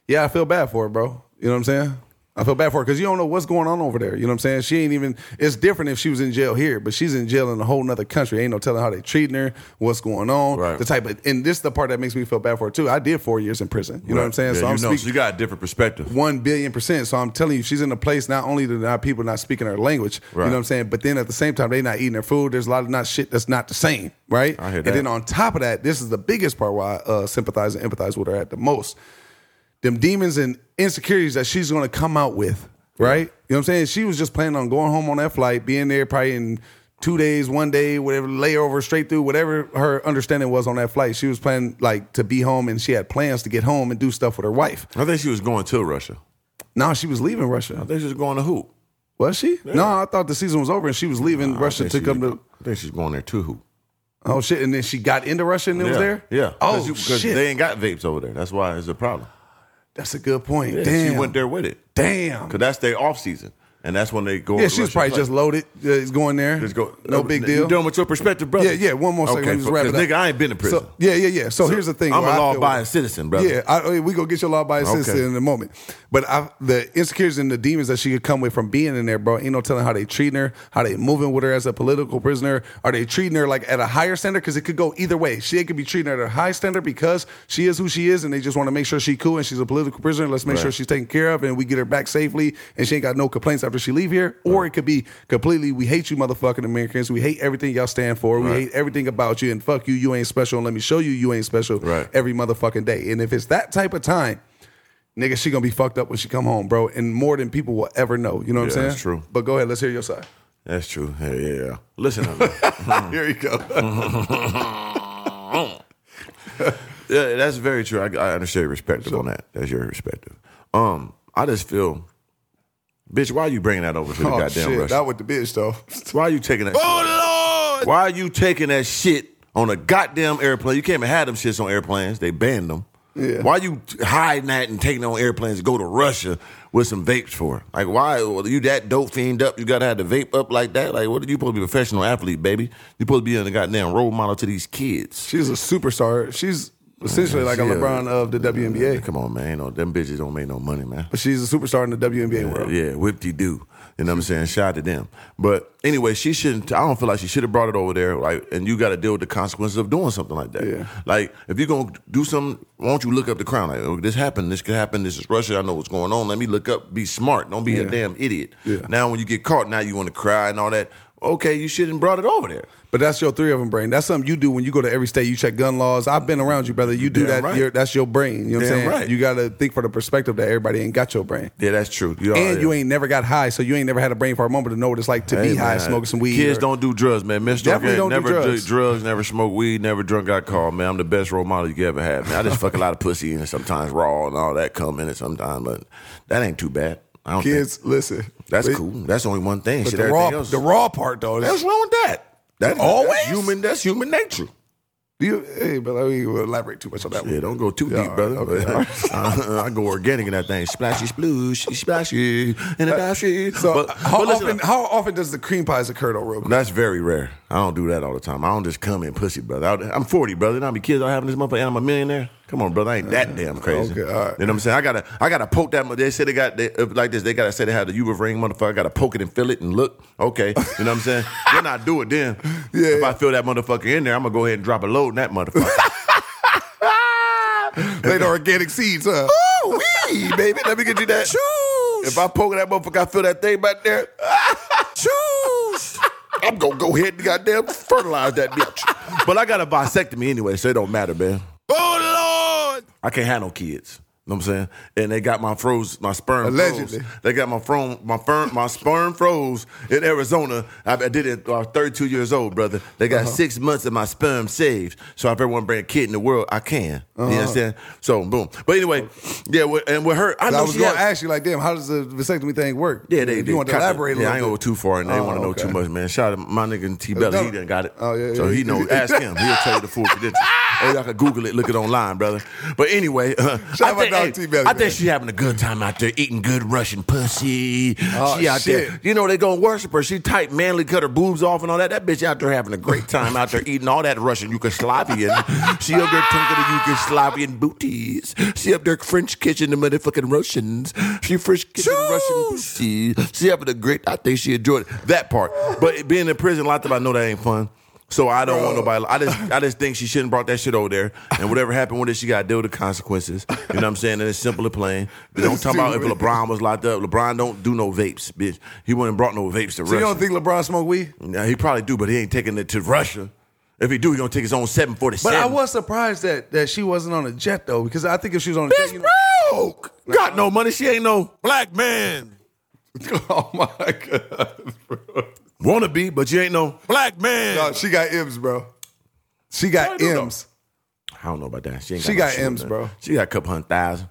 B: yeah, I feel bad for her, bro. You know what I'm saying? I feel bad for her because you don't know what's going on over there. You know what I'm saying? She ain't even. It's different if she was in jail here, but she's in jail in a whole nother country. Ain't no telling how they treating her, what's going on,
A: Right.
B: the type of. And this is the part that makes me feel bad for her too. I did four years in prison. You know what I'm saying?
A: Yeah, you
B: so I'm
A: know,
B: speaking
A: so you got a different perspective.
B: one billion percent. So I'm telling you, she's in a place not only that not people not speaking her language,
A: Right.
B: you know what I'm saying, but then at the same time they not eating their food. There's a lot of not shit that's not the same, right?
A: I hear that.
B: And then on top of that, this is the biggest part why I uh, sympathize and empathize with her at the most. Them demons and insecurities that she's gonna come out with, right? You know what I'm saying? She was just planning on going home on that flight, being there probably in two days, one day, whatever layover, straight through, whatever her understanding was on that flight. She was planning like to be home and she had plans to get home and do stuff with her wife.
A: I think she was going to Russia.
B: Now she was leaving Russia.
A: I think she was going to hoop.
B: Was she? No, I thought the season was over and she was leaving Russia
A: I
B: to
A: think
B: come
A: she-
B: to.
A: I think she's going there to hoop.
B: Oh shit! And then she got into Russia and it
A: yeah.
B: was there.
A: Yeah.
B: Oh
A: you-
B: shit!
A: they ain't got vapes over there. That's why it's a problem.
B: that's a good point.
A: Yeah,
B: Damn.
A: She went there with it.
B: Damn.
A: Cause that's their off season. And that's when they go
B: Yeah,
A: to
B: she was
A: Russia
B: probably
A: play.
B: just loaded. Uh, it's going there.
A: Just go.
B: No, big deal.
A: You done with your perspective, brother?
B: Yeah, yeah. One more second.
A: Okay,
B: Let me just
A: fuck,
B: wrap
A: 'cause
B: it up.
A: nigga, I ain't been to prison.
B: So, yeah, yeah, yeah. So, here's the thing.
A: I'm
B: where I
A: a
B: feel
A: law-abiding
B: with-
A: citizen, brother.
B: Yeah, I, I- we gonna get your law-abiding
A: Okay.
B: citizen in a moment. But I, the insecurities and the demons that she could come with from being in there, bro, ain't no telling how they treating her, how they moving with her as a political prisoner. Are they treating her like at a higher standard? Because it could go either way. She could be treating her at a high standard because she is who she is, and they just want to make sure she cool and she's a political prisoner. Let's make
A: Right.
B: sure she's taken care of and we get her back safely, and she ain't got no complaints after she leave here. Or it could be completely, we hate you, motherfucking Americans. We hate everything y'all stand for. We
A: Right.
B: hate everything about you, and fuck you. You ain't special. And let me show you, you ain't special
A: Right.
B: every motherfucking day. And if it's that type of time, nigga, she gonna be fucked up when she come home, bro. And more than people will ever know. You know what I'm
A: Yeah,
B: saying?
A: that's true.
B: But go ahead, let's hear your side.
A: That's true. Yeah, yeah, yeah. Listen up. man.
B: Here you go. [LAUGHS]
A: yeah, that's very true. I, I understand your perspective on that. That's your perspective. Um, I just feel, bitch. Why are you bringing that over to the
B: oh
A: goddamn
B: shit,
A: Russia?
B: not with the bitch though.
A: why are you taking that? Oh Lord! Why are you taking that shit on a goddamn airplane? You can't even have them shits on airplanes. They banned them.
B: Yeah.
A: Why you t- hiding that and taking it on airplanes to go to Russia with some vapes for? Like, why well, you that dope fiend up? You gotta have the vape up like that. Like, what are you supposed to be a professional athlete, baby? You supposed to be a goddamn role model to these kids.
B: She's a superstar. She's essentially like a
A: Yeah.
B: LeBron of the WNBA.
A: Come on, man. No, them bitches don't make no money, man.
B: But she's a superstar in the WNBA world.
A: Yeah, whip de doo. You know what I'm saying? Shout to them. But anyway, she shouldn't. I don't feel like she should have brought it over there. Like, and you got to deal with the consequences of doing something like that.
B: Yeah.
A: Like, if you're gonna do something, why don't you look up the crown? Like, oh, this happened. This could happen. This is Russia. I know what's going on. Let me look up. Be smart. Don't be a
B: Yeah.
A: damn idiot.
B: Yeah.
A: Now, when you get caught, now you want to cry and all that. Okay, you shouldn't brought it over there.
B: But that's your three of them brain. That's something you do when you go to every state. You check gun laws. I've been around you, brother. You do
A: Damn
B: that.
A: right.
B: you're- that's your brain. You know what I'm
A: Damn
B: saying?
A: right.
B: You got to think for the perspective that everybody ain't got your brain.
A: Yeah, that's true.
B: and
A: Oh, yeah.
B: you ain't never got high, so you ain't never had a brain for a moment to know what it's like to
A: Hey,
B: be high,
A: man,
B: smoking some weed.
A: Kids
B: or-
A: don't do drugs, man. Mr.
B: Definitely
A: Definitely
B: don't do
A: never
B: drugs.
A: drugs, never smoked weed, never drunk got called, man. I'm the best role model you could ever have, man. I just fuck a lot of pussy and sometimes raw and all that come in it sometimes, but that ain't too bad. I don't
B: Kids,
A: think.
B: listen.
A: That's
B: But-
A: cool. That's only one thing.
B: But
A: Shit,
B: the
A: everything
B: raw,
A: else.
B: the raw part though.
A: What's
B: That's,
A: wrong with that? That
B: Always?
A: that's human. That's human nature.
B: you, hey, but I mean, we'll elaborate too much on that.
A: Yeah,
B: one.
A: don't go too
B: Yeah,
A: deep,
B: all
A: brother.
B: right, okay,
A: [LAUGHS]
B: all right.
A: I, I go organic in that thing. Splashy, splooshy, splashy, and a dashy.
B: Uh, So
A: But-
B: how
A: but listen
B: often?
A: up.
B: How often does the cream pies occur though, real quick?
A: That's very rare. I don't do that all the time. I don't just come in pussy, brother. I, I'm 40, brother, and I be kids. I having this motherfucker, and I'm a millionaire. Come on, brother. I ain't that damn crazy.
B: Uh, okay, all right.
A: You know what I'm saying? I gotta, I gotta poke that. mo- They said they got they, uh, like this. They gotta say they had the Uber ring, motherfucker. I gotta poke it and feel it and look. Okay, you know what I'm
B: [LAUGHS]
A: saying? then I do it. Then
B: Yeah.
A: if I feel that motherfucker in there, I'm gonna go ahead and drop a load in that
B: [LAUGHS]
A: motherfucker. [LAUGHS]
B: They the organic seeds, huh?
A: Ooh wee, baby. Let me get you that. Choose. If I poke that motherfucker, I feel that thing back [LAUGHS] there. Choose. I'm gonna go ahead and goddamn fertilize that bitch. [LAUGHS] But I got a vasectomy anyway, so it don't matter, man.
B: Oh Lord!
A: I can't have no kids. You know what I'm saying? And they got my froze, my sperm.
B: Allegedly.
A: froze. They got my from my firm, my sperm froze in Arizona. I, I did it uh, 32 years old, brother. They
B: Uh-huh.
A: got six months of my sperm saved. So if ever want to bring a kid in the world, I can. You
B: Uh-huh.
A: understand? So boom. But anyway, yeah, with- and with her, I know
B: I was
A: she
B: gonna
A: had-
B: ask you, like, damn, how does the vasectomy thing work?
A: yeah, they
B: If
A: they
B: You want to
A: cut the-
B: elaborate
A: Yeah,
B: a little
A: I ain't
B: bit.
A: go too far, and they
B: Oh,
A: want to know
B: okay.
A: too much, man. Shout out my nigga T Belly, he done got it.
B: Oh, yeah,
A: so
B: yeah,
A: he
B: yeah.
A: know. ask him, he'll tell you the
B: [LAUGHS]
A: full credentials. or y'all can Google it, look it online, brother. But anyway, [LAUGHS] uh,
B: Shout
A: I
B: out my
A: think,
B: dog
A: hey,
B: T Belly,
A: I
B: man.
A: think she having a good time out there, eating good Russian pussy.
B: Oh,
A: she out
B: shit.
A: there, you know, they gonna worship her. She tight, manly, cut her boobs off and all that. That bitch out there having a great time out there eating all that Russian Yugoslavian. she up there tunking the Yugoslavian booties. She up there French kitchen the motherfucking Russians. She French kitchen Russian booty. She having a great. I think she enjoyed it, that part. But being in prison, a lot of I know that ain't fun. So I don't want nobody. I just, I just think she shouldn't brought that shit over there. And whatever happened with it, she got to deal with the consequences. You know what I'm saying? And it's simple and plain. But don't talk about if LeBron was locked up. LeBron don't do no vapes, bitch. He wouldn't brought no vapes to
B: So you
A: Russia.
B: don't think LeBron smoked weed?
A: Nah, he probably do, but he ain't taking it to Russia. If he do, he gonna take his own 747.
B: But I was surprised that that she wasn't on a jet though, because I think if she was on a jet,
A: Bitch
B: you
A: broke. Got no money. She ain't no black man.
B: know, [LAUGHS] oh my god, [LAUGHS] bro.
A: Wanna be, but you ain't no black man.
B: No, she got M's, bro. She got
A: do, though.
B: M's.
A: I don't know about that. She ain't
B: She
A: no
B: got
A: shit,
B: M's,
A: man.
B: bro.
A: She got a couple hundred thousand.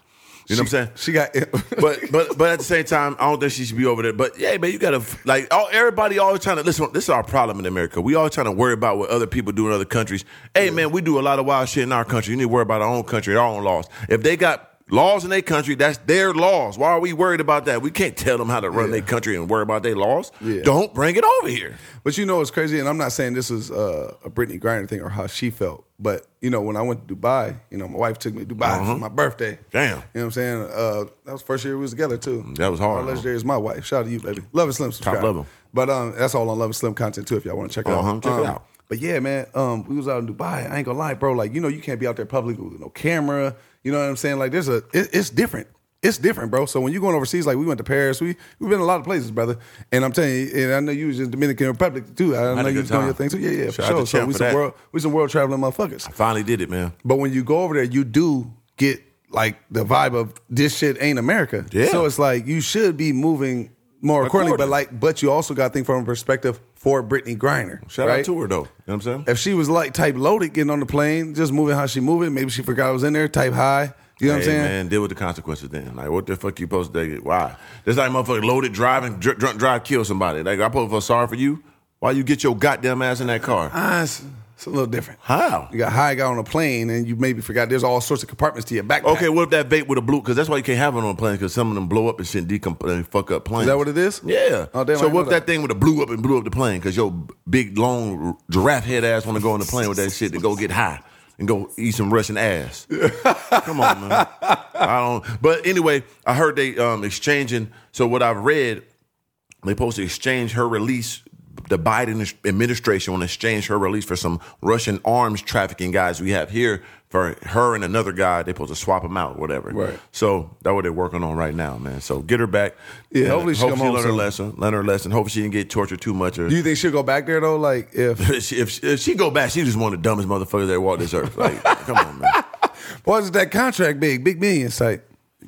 A: You know what I'm saying?
B: She got [LAUGHS] M's.
A: but but but at the same time, I don't think she should be over there. But yeah, man, you gotta like all everybody always trying to listen. This is our problem in America. We all trying to worry about what other people do in other countries. Hey man, we do a lot of wild shit in our country. You need to worry about our own country, our own laws. If they got laws in their country, that's their laws. Why are we worried about that? We can't tell them how to run
B: Yeah.
A: their country and worry about their laws.
B: Yeah.
A: Don't bring it over here.
B: But you know what's crazy, and I'm not saying this is uh, a Brittany Griner thing or how she felt, but you know when I went to Dubai, you know my wife took me to Dubai for my birthday.
A: Uh-huh. Damn.
B: you know what I'm saying? Uh, that was the first year we was together too.
A: That was hard,
B: Our
A: huh?
B: legendary is my wife. Shout out to you, baby. Love and Slim, subscribe.
A: level.
B: But um, that's all on Love and Slim content too. If y'all want to check it
A: Uh-huh,
B: out,
A: check it
B: Um,
A: out.
B: But yeah, man, um, we was out in Dubai. I ain't gonna lie, bro. Like you know, you can't be out there publicly with no camera. You know what I'm saying? Like there's a, it, it's different. It's different, bro. So when you're going overseas, like we went to Paris, we we've been a lot of places, brother. And I'm telling you, and I know you was in Dominican Republic too. I know
A: a
B: you
A: good
B: was doing
A: time.
B: your thing too. Yeah, yeah, for
A: Shout out
B: sure.
A: to
B: So
A: Champ
B: we
A: for
B: some
A: that.
B: world, we some world traveling motherfuckers.
A: Finally did it, man.
B: But when you go over there, you do get like the vibe of this shit ain't America.
A: Yeah.
B: So it's like you should be moving more accordingly, but
A: According.
B: like, but you also got to think from a perspective for Brittany Griner.
A: Shout
B: right?
A: out to her though. You know what I'm saying?
B: If she was like type loaded, getting on the plane, just moving how she moving, maybe she forgot I was in there. Type high, you know what I'm
A: hey,
B: saying?
A: man, deal with the consequences then. Like, what the fuck you supposed to do? Why? This like motherfucker loaded driving, dr- drunk drive, kill somebody. Like, I supposed to feel sorry for you? Why you get your goddamn ass in that car?
B: Ah, it's, it's a little different.
A: How?
B: You got high, got on a plane, and you maybe forgot there's all sorts of compartments to your backpack.
A: Okay, what if that vape with a blue? Because that's why you can't have it on planes. Because some of them blow up and shit, decomp and fuck up planes.
B: Is that what it is?
A: Yeah.
B: Oh, damn, I
A: so what
B: didn't
A: if
B: know
A: that
B: that.
A: thing would have blew up and blew up the plane? Because your b- big long r- giraffe head ass want to go on the plane with that shit to go get high. and go eat some Russian
B: [LAUGHS]
A: ass. Come on, man. I don't. But anyway, I heard they um, exchanging. So what I've read, they supposed to exchange her release. The Biden administration want to exchange her release for some Russian arms trafficking guys we have here for her and another guy. They supposed to swap them out, whatever.
B: Right.
A: So that what they're working on right now, man. So get her back.
B: Yeah,
A: And
B: hopefully she come home
A: learn her
B: soon.
A: lesson. Learn her lesson. Hopefully she didn't get tortured too much. Or
B: Do you think she'll go back there though? Like
A: [LAUGHS]
B: if
A: if, she, if, she, if she go back, she just one of the dumbest motherfuckers that walked this earth. Like, [LAUGHS] come on, man.
B: why is that contract big? Big million site.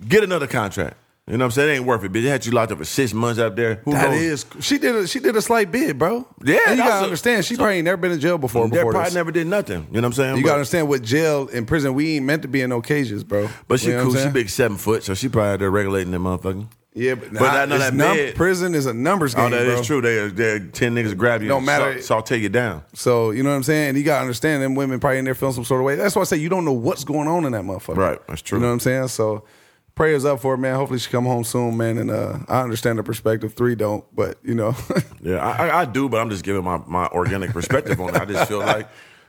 A: Get another contract. You know what I'm saying? It ain't worth it, bitch. They had you locked up for six months out there. Who
B: That
A: knows?
B: is, she did a she did a slight bid, bro.
A: Yeah,
B: and you
A: that's
B: gotta
A: a-
B: understand, she probably ain't never been in jail before.
A: That
B: Before
A: probably
B: this.
A: never did nothing. You know what I'm saying?
B: you
A: But-
B: gotta understand with jail and prison, we ain't meant to be in no cages, bro.
A: But she
B: You know what I'm
A: cool. She
B: saying?
A: big seven foot, so she probably out there regulating that motherfucker.
B: Yeah, but,
A: But I know
B: it's
A: that
B: num-
A: bed-
B: prison is a numbers game.
A: oh, that is true.
B: bro.
A: They, they ten niggas grab you.
B: Don't
A: and
B: matter.
A: Sa- saute you down.
B: So you know what I'm saying? And you gotta understand them women probably in there feeling some sort of way. That's why I say you don't know what's going on in that motherfucker.
A: Right, that's true.
B: You know what I'm saying? So prayers up for it, man. Hopefully she come home soon, man. And uh, I understand the perspective. Three don't, but you know. [LAUGHS]
A: Yeah, I, I- I do, but I'm just giving my, my organic perspective on it. I just feel like,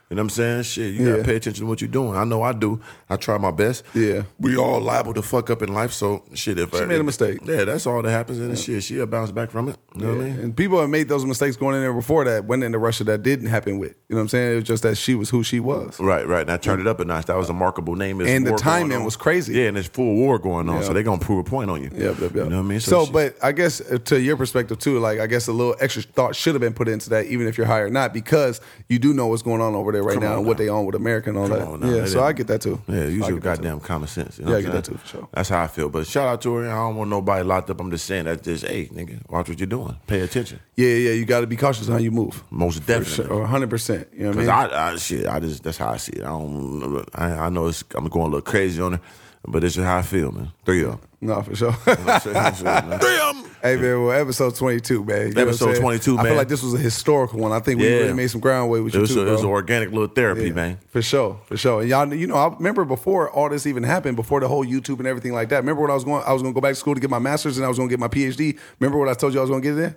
A: you know what I'm saying? Shit, you
B: Yeah.
A: gotta pay attention to what you're doing. I know I do. I try my best.
B: Yeah.
A: We all liable to fuck up in life, so shit, if She
B: made a mistake.
A: Yeah, that's all that happens, and shit, she'll bounce back from it. You know what I mean?
B: and people have made those mistakes going in there before that, went into Russia that didn't happen with. You know what I'm saying? It was just that she was who she was.
A: Right, right. And I turned it up a notch. That was a markable name. There's
B: And the
A: war going
B: timing
A: on.
B: was crazy.
A: Yeah, and there's full war going on,
B: Yeah.
A: so they're gonna prove a point on you.
B: Yep, yep, yep.
A: You know what I mean?
B: So,
A: shit-
B: but I guess uh, to your perspective too, like I guess a little extra thought should have been put into that, even if you're high or not, because you do know what's going on over there right
A: Come
B: now
A: on
B: and what
A: now.
B: they on with America and all
A: Come
B: that.
A: on now.
B: yeah,
A: That
B: so I
A: is-
B: get that too.
A: Yeah,
B: I
A: use your
B: get that, too.
A: goddamn common sense. You
B: Yeah,
A: know
B: I
A: what
B: get
A: I'm
B: that
A: saying?
B: too, for sure.
A: That's how I feel. But shout out to her. I don't want nobody locked up. I'm just saying that's just, hey, nigga, watch what you're doing. Pay attention.
B: Yeah, yeah, you got to be cautious how you move.
A: Most
B: For
A: definitely.
B: sure, or 100%. You know what I
A: Cause
B: mean?
A: I, I shit, I just that's how I see it. I don't, I, I know it's, I'm going a little crazy on her, but it's just how I feel, man. Three
B: [LAUGHS]
A: of them.
B: no,
A: [LAUGHS]
B: for sure.
A: Three of them.
B: Hey man, well, episode twenty two, man. You know what I'm
A: Episode
B: saying?
A: 22,
B: I feel
A: man.
B: like this was a historical one. I think we
A: Yeah.
B: really made some ground way with
A: It
B: you
A: was,
B: too,
A: a, it
B: bro.
A: was an organic little therapy,
B: Yeah,
A: man.
B: For sure, for sure. And y'all, you know, I remember before all this even happened, before the whole YouTube and everything like that. Remember when I was going? I was going to go back to school to get my master's, and I was going to get my PhD. Remember what I told you I was going to get there?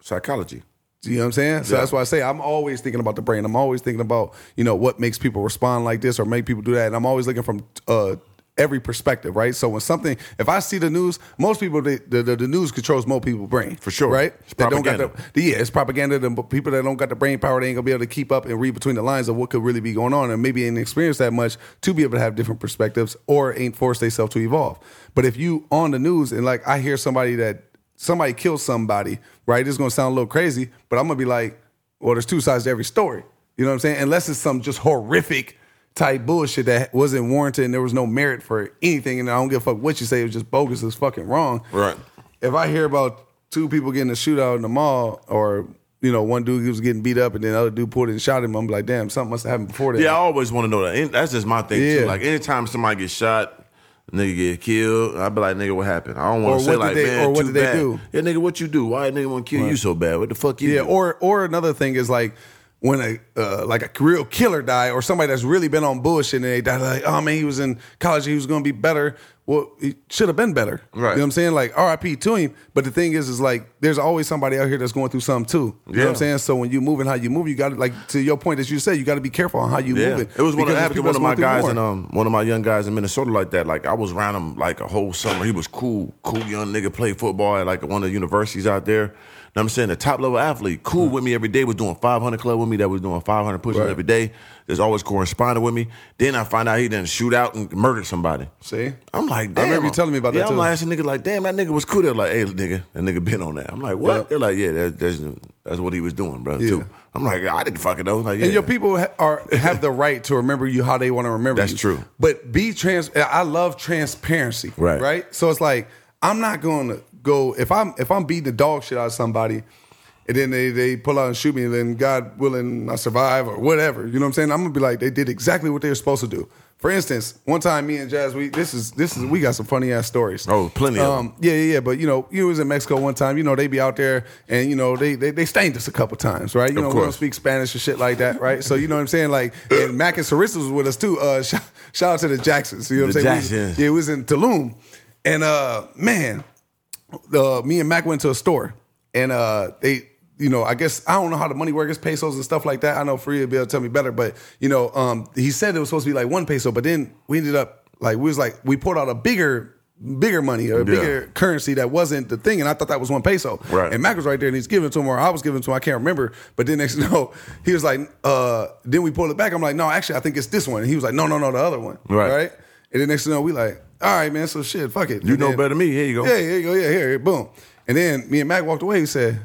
A: Psychology.
B: You know what I'm saying? So
A: Yeah.
B: that's why I say I'm always thinking about the brain. I'm always thinking about you know what makes people respond like this or make people do that, and I'm always looking from uh, every perspective, right? So when something, if I see the news, most people they, the, the the news controls more people's brain
A: For sure.
B: right?
A: It's
B: They don't got
A: propaganda.
B: the yeah, it's propaganda. The people that don't got the brain power, they ain't gonna be able to keep up and read between the lines of what could really be going on, and maybe ain't experienced that much to be able to have different perspectives or ain't forced themselves to evolve. But if you on the news and like I hear somebody that somebody killed somebody, right? It's gonna sound a little crazy, but I'm gonna be like, well, there's two sides to every story. You know what I'm saying? Unless it's some just horrific type bullshit that wasn't warranted and there was no merit for anything, and I don't give a fuck what you say, it was just bogus, it's fucking wrong
A: Right.
B: if I hear about two people getting a shootout in the mall, or you know, one dude was getting beat up and then the other dude pulled it and shot him, I'm like, damn, something must have happened before that.
A: Yeah, I always want to know that. And that's just my thing
B: Yeah.
A: too. Like anytime somebody gets shot, a nigga get killed, I be like, nigga, what happened? I don't
B: Or
A: want to say
B: what did
A: like,
B: they-
A: man,
B: or what
A: too
B: did they
A: bad.
B: do?
A: Yeah, nigga, what you do? Why a nigga want to kill you so bad? What the fuck you?
B: yeah.
A: do?
B: Or or another thing is like when a uh, like a real killer die or somebody that's really been on bullshit and they die like, oh man, he was in college, he was gonna be better. Well, he should have been better.
A: Right.
B: You know what I'm saying? Like R.I.P. to him. But the thing is, is like there's always somebody out here that's going through something too. You know what I'm
A: Yeah.
B: saying? So when you move and how you move, you got to like to your point as you say, you got to be careful on how you
A: yeah,
B: move it.
A: it was one of,
B: because there's
A: happened to
B: people
A: one
B: that's
A: of my
B: going through
A: guys
B: more.
A: and um one of my young guys in Minnesota like that. Like I was around him like a whole summer. He was cool, cool young nigga. Played football at like one of the universities out there. And I'm saying the top level athlete, cool with me every day. Was doing 500 club with me. That was doing 500 push-ups
B: Mm. Right.
A: every day. There's always corresponding with me. Then I find out he didn't shoot out and murdered somebody.
B: See?
A: I'm like, damn.
B: remember you telling me about
A: yeah,
B: that,
A: I'm
B: too.
A: like, asking nigga, like, damn, that nigga was cool. They're like, hey, nigga, that nigga been on that. I'm like, what?
B: Yep.
A: They're like, yeah, that, that's that's what he was doing, bro.
B: Yeah.
A: Too. I'm like, I didn't fucking know. Like, yeah.
B: And your people ha- are have the right to remember you how they want to remember
A: That's
B: you.
A: true.
B: But be trans. I love transparency.
A: Right.
B: Right. So it's like I'm not going to go if I'm if I'm beating the dog shit out of somebody, and then they they pull out and shoot me, and then God willing I survive or whatever. You know what I'm saying? I'm gonna be like they did exactly what they were supposed to do. For instance, one time me and Jazz, we this is this is we got some funny ass stories.
A: Oh, plenty of them.
B: Um, yeah, yeah, yeah. But you know, you was in Mexico one time. You know, they be out there and you know they they, they stained us a couple times, right? You know, we don't
A: course.
B: speak Spanish and shit like that, right? So you know what I'm saying? Like, and Mac and Sarissa was with us too. Uh, [LAUGHS] shout, shout out to the Jacksons. You know what
A: The
B: I'm saying? We-
A: Jacksons.
B: yeah, it was in Tulum, and uh, man, uh, me and Mac went to a store, and uh, they you know, I guess I don't know how the money works, pesos and stuff like that. I know Free will be able to tell me better, but you know, um, he said it was supposed to be like one peso, but then we ended up like we was like we pulled out a bigger. Bigger money or a bigger currency that wasn't the thing, and I thought that was one peso.
A: Right.
B: And Mac was right there, and he's giving it to him, or I was giving it to him. I can't remember. But then next, [LAUGHS] no, he was like, uh, then we pulled it back. I'm like, no, actually, I think it's this one. And he was like, no, no, no, the other one.
A: Right.
B: Right. And then next thing you know, we like, all right, man, so shit, fuck it.
A: You
B: And
A: know
B: then-
A: better than me. Here you go.
B: Yeah, here you go. Yeah, here, here, boom. And then me and Mac walked away. He said,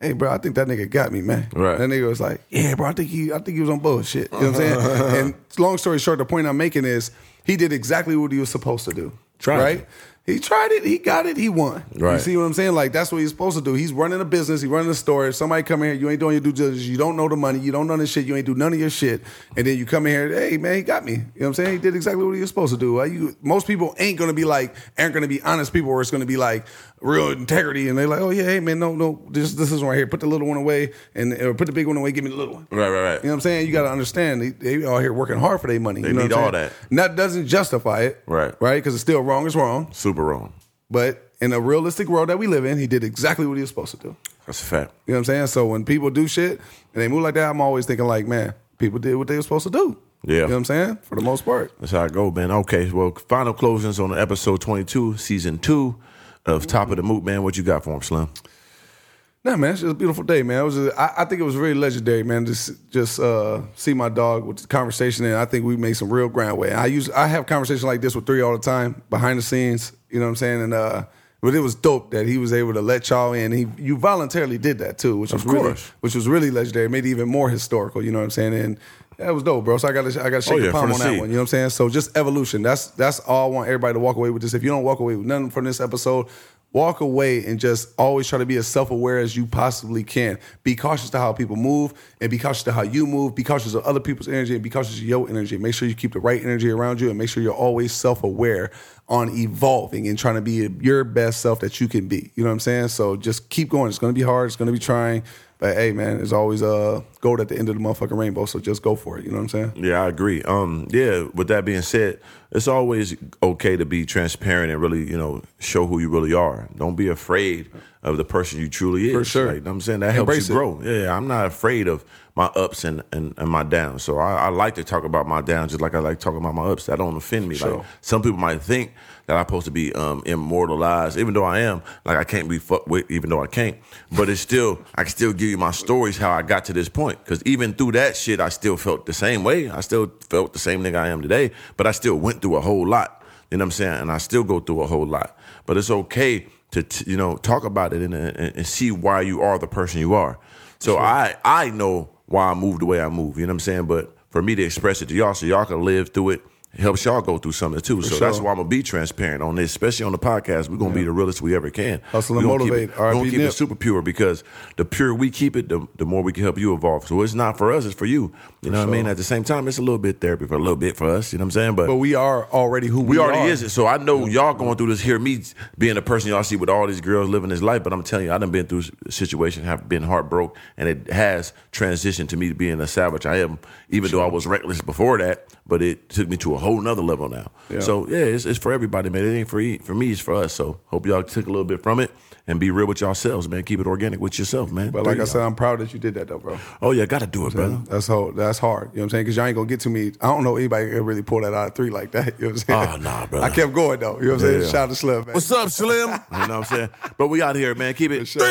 B: "Hey, bro, I think that nigga got me, man."
A: Right.
B: That nigga was like, "Yeah, bro, I think he, I think he was on bullshit." You know what I'm
A: Uh-huh.
B: saying? and long story short, the point I'm making is he did exactly what he was supposed to do.
A: Tried.
B: Right. He tried it. He got it. He won. You
A: Right.
B: see what I'm saying? Like that's what he's supposed to do. He's running a business. He's running a store. If somebody come in here, you ain't doing your due diligence. You don't know the money. You don't know the shit. You ain't do none of your shit. And then you come in here. Hey man, he got me. You know what I'm saying? He did exactly what he was supposed to do. Why you, most people ain't gonna be like aren't gonna be honest people. Or it's gonna be like real integrity. And they're like, oh yeah, hey man, no no, this this is right here. Put the little one away and or put the big one away. Give me the little one.
A: Right, right, right.
B: You know what I'm saying? You got to understand they, they all here working hard for their money.
A: They
B: you know
A: need
B: what I'm
A: all
B: saying?
A: that.
B: And that doesn't justify it,
A: Right.
B: Right? Because it's still wrong. It's wrong.
A: Super wrong.
B: But in a realistic world that we live in, he did exactly what he was supposed to do.
A: That's a fact.
B: You know what I'm saying? So when people do shit and they move like that, I'm always thinking like, man, people did what they were supposed to do.
A: Yeah.
B: You know what I'm saying? For the most part.
A: That's how I go, man. Okay, well, final closings on episode 22, season two of Top of the Moot, man. What you got for him, Slim?
B: Nah, man, it's just a beautiful day, man. It was just, I, I think it was really legendary, man. Just just uh, see my dog with the conversation, and I think we made some real ground way. I use I have conversations like this with three all the time behind the scenes. You know what I'm saying? And uh, but it was dope that he was able to let y'all in. He you voluntarily did that too, which was really
A: course.
B: which was really legendary. It made it even more historical. You know what I'm saying? And that was dope, bro. So I got to I got to shake
A: Oh, yeah,
B: your palm
A: from
B: on
A: the
B: that
A: seat.
B: one. You know what I'm saying? So just evolution. That's that's all I want everybody to walk away with this. If you don't walk away with nothing from this episode, walk away and just always try to be as self-aware as you possibly can. Be cautious to how people move and be cautious to how you move. Be cautious of other people's energy and be cautious of your energy. Make sure you keep the right energy around you and make sure you're always self-aware on evolving and trying to be your best self that you can be. You know what I'm saying? So just keep going. It's gonna be hard, it's gonna be trying. But hey man, there's always a gold at the end of the motherfucking rainbow. So just go for it. You know what I'm saying?
A: Yeah, I agree. Um, yeah. With that being said, it's always okay to be transparent and really, you know, show who you really are. Don't be afraid of the person you truly is.
B: For sure.
A: Like, I'm saying that helps
B: Embrace it.
A: you grow. Yeah, I'm not afraid of my ups and and, and my downs. So I, I like to talk about my downs, just like I like talking about my ups. That don't offend me.
B: Sure.
A: Like some people might think that I'm supposed to be um, immortalized, even though I am. Like I can't be fucked with, even though I can't. But it's still, I can still give you my stories how I got to this point. Because even through that shit, I still felt the same way. I still felt the same nigga I am today. But I still went through a whole lot. You know what I'm saying? And I still go through a whole lot. But it's okay to t- you know talk about it and, and, and see why you are the person you are. So I I know why I move the way I move. You know what I'm saying? But for me to express it to y'all, so y'all can live through it, it helps y'all go through something too. so that's
B: sure.
A: why I'm gonna be transparent on this, especially on the podcast. We're gonna be the realest we ever can.
B: Hustle and
A: We're gonna keep
B: motivate.
A: it- We're
B: R.I.P.
A: gonna keep
B: Nip.
A: it super pure because the pure we keep it, the, the more we can help you evolve. So it's not for us, it's for you. You know what I mean? At the same time, it's a little bit therapy for a little bit for us. You know what I'm saying?
B: But we are already who we,
A: We already
B: are.
A: is it. So I know y'all going through this. Hear me being the person y'all see with all these girls living this life. But I'm telling you, I done been through a situation, have been heartbroken, and it has transitioned to me being a savage. I am, even though I was reckless before that, but it took me to a whole nother level now.
B: Yeah.
A: So yeah, it's, it's for everybody, man. It ain't for e- for me. It's for us. So hope y'all took a little bit from it and be real with yourselves, man. Keep it organic with yourself, man.
B: But like I
A: Three-
B: said, I'm proud that you did that though, bro.
A: oh yeah, gotta do it, brother.
B: That's hard. That's hard. You know what I'm saying? Because y'all ain't gonna get to me. I don't know anybody that can really pull that out of three like that. [LAUGHS] You know what I'm saying?
A: Oh, nah, brother.
B: I kept going though. You know what I'm saying?
A: Yeah.
B: Shout out to Slim, man.
A: up, Slim? [LAUGHS] you know what I'm saying? But we out here, man. Keep it.
B: sure.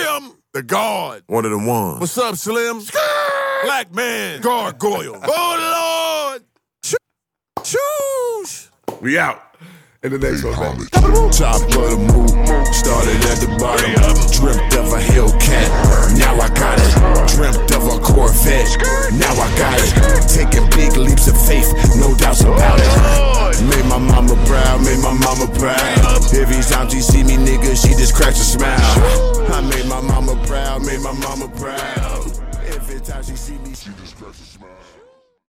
A: the guard. One of the ones. What's up, Slim? Black man. Gargoyle. oh, Lord. Choose. We out.
B: And the next one, man.
C: Top of the mood, started at the bottom. Dreamt of a Hellcat, now I got it. Dreamt of a Corvette, now I got it. Taking big leaps of faith, no doubts about it. Made my mama proud, made my mama proud. Every time she see me, nigga, she just cracks a smile. I made my mama proud, made my mama proud. Every time she see me, she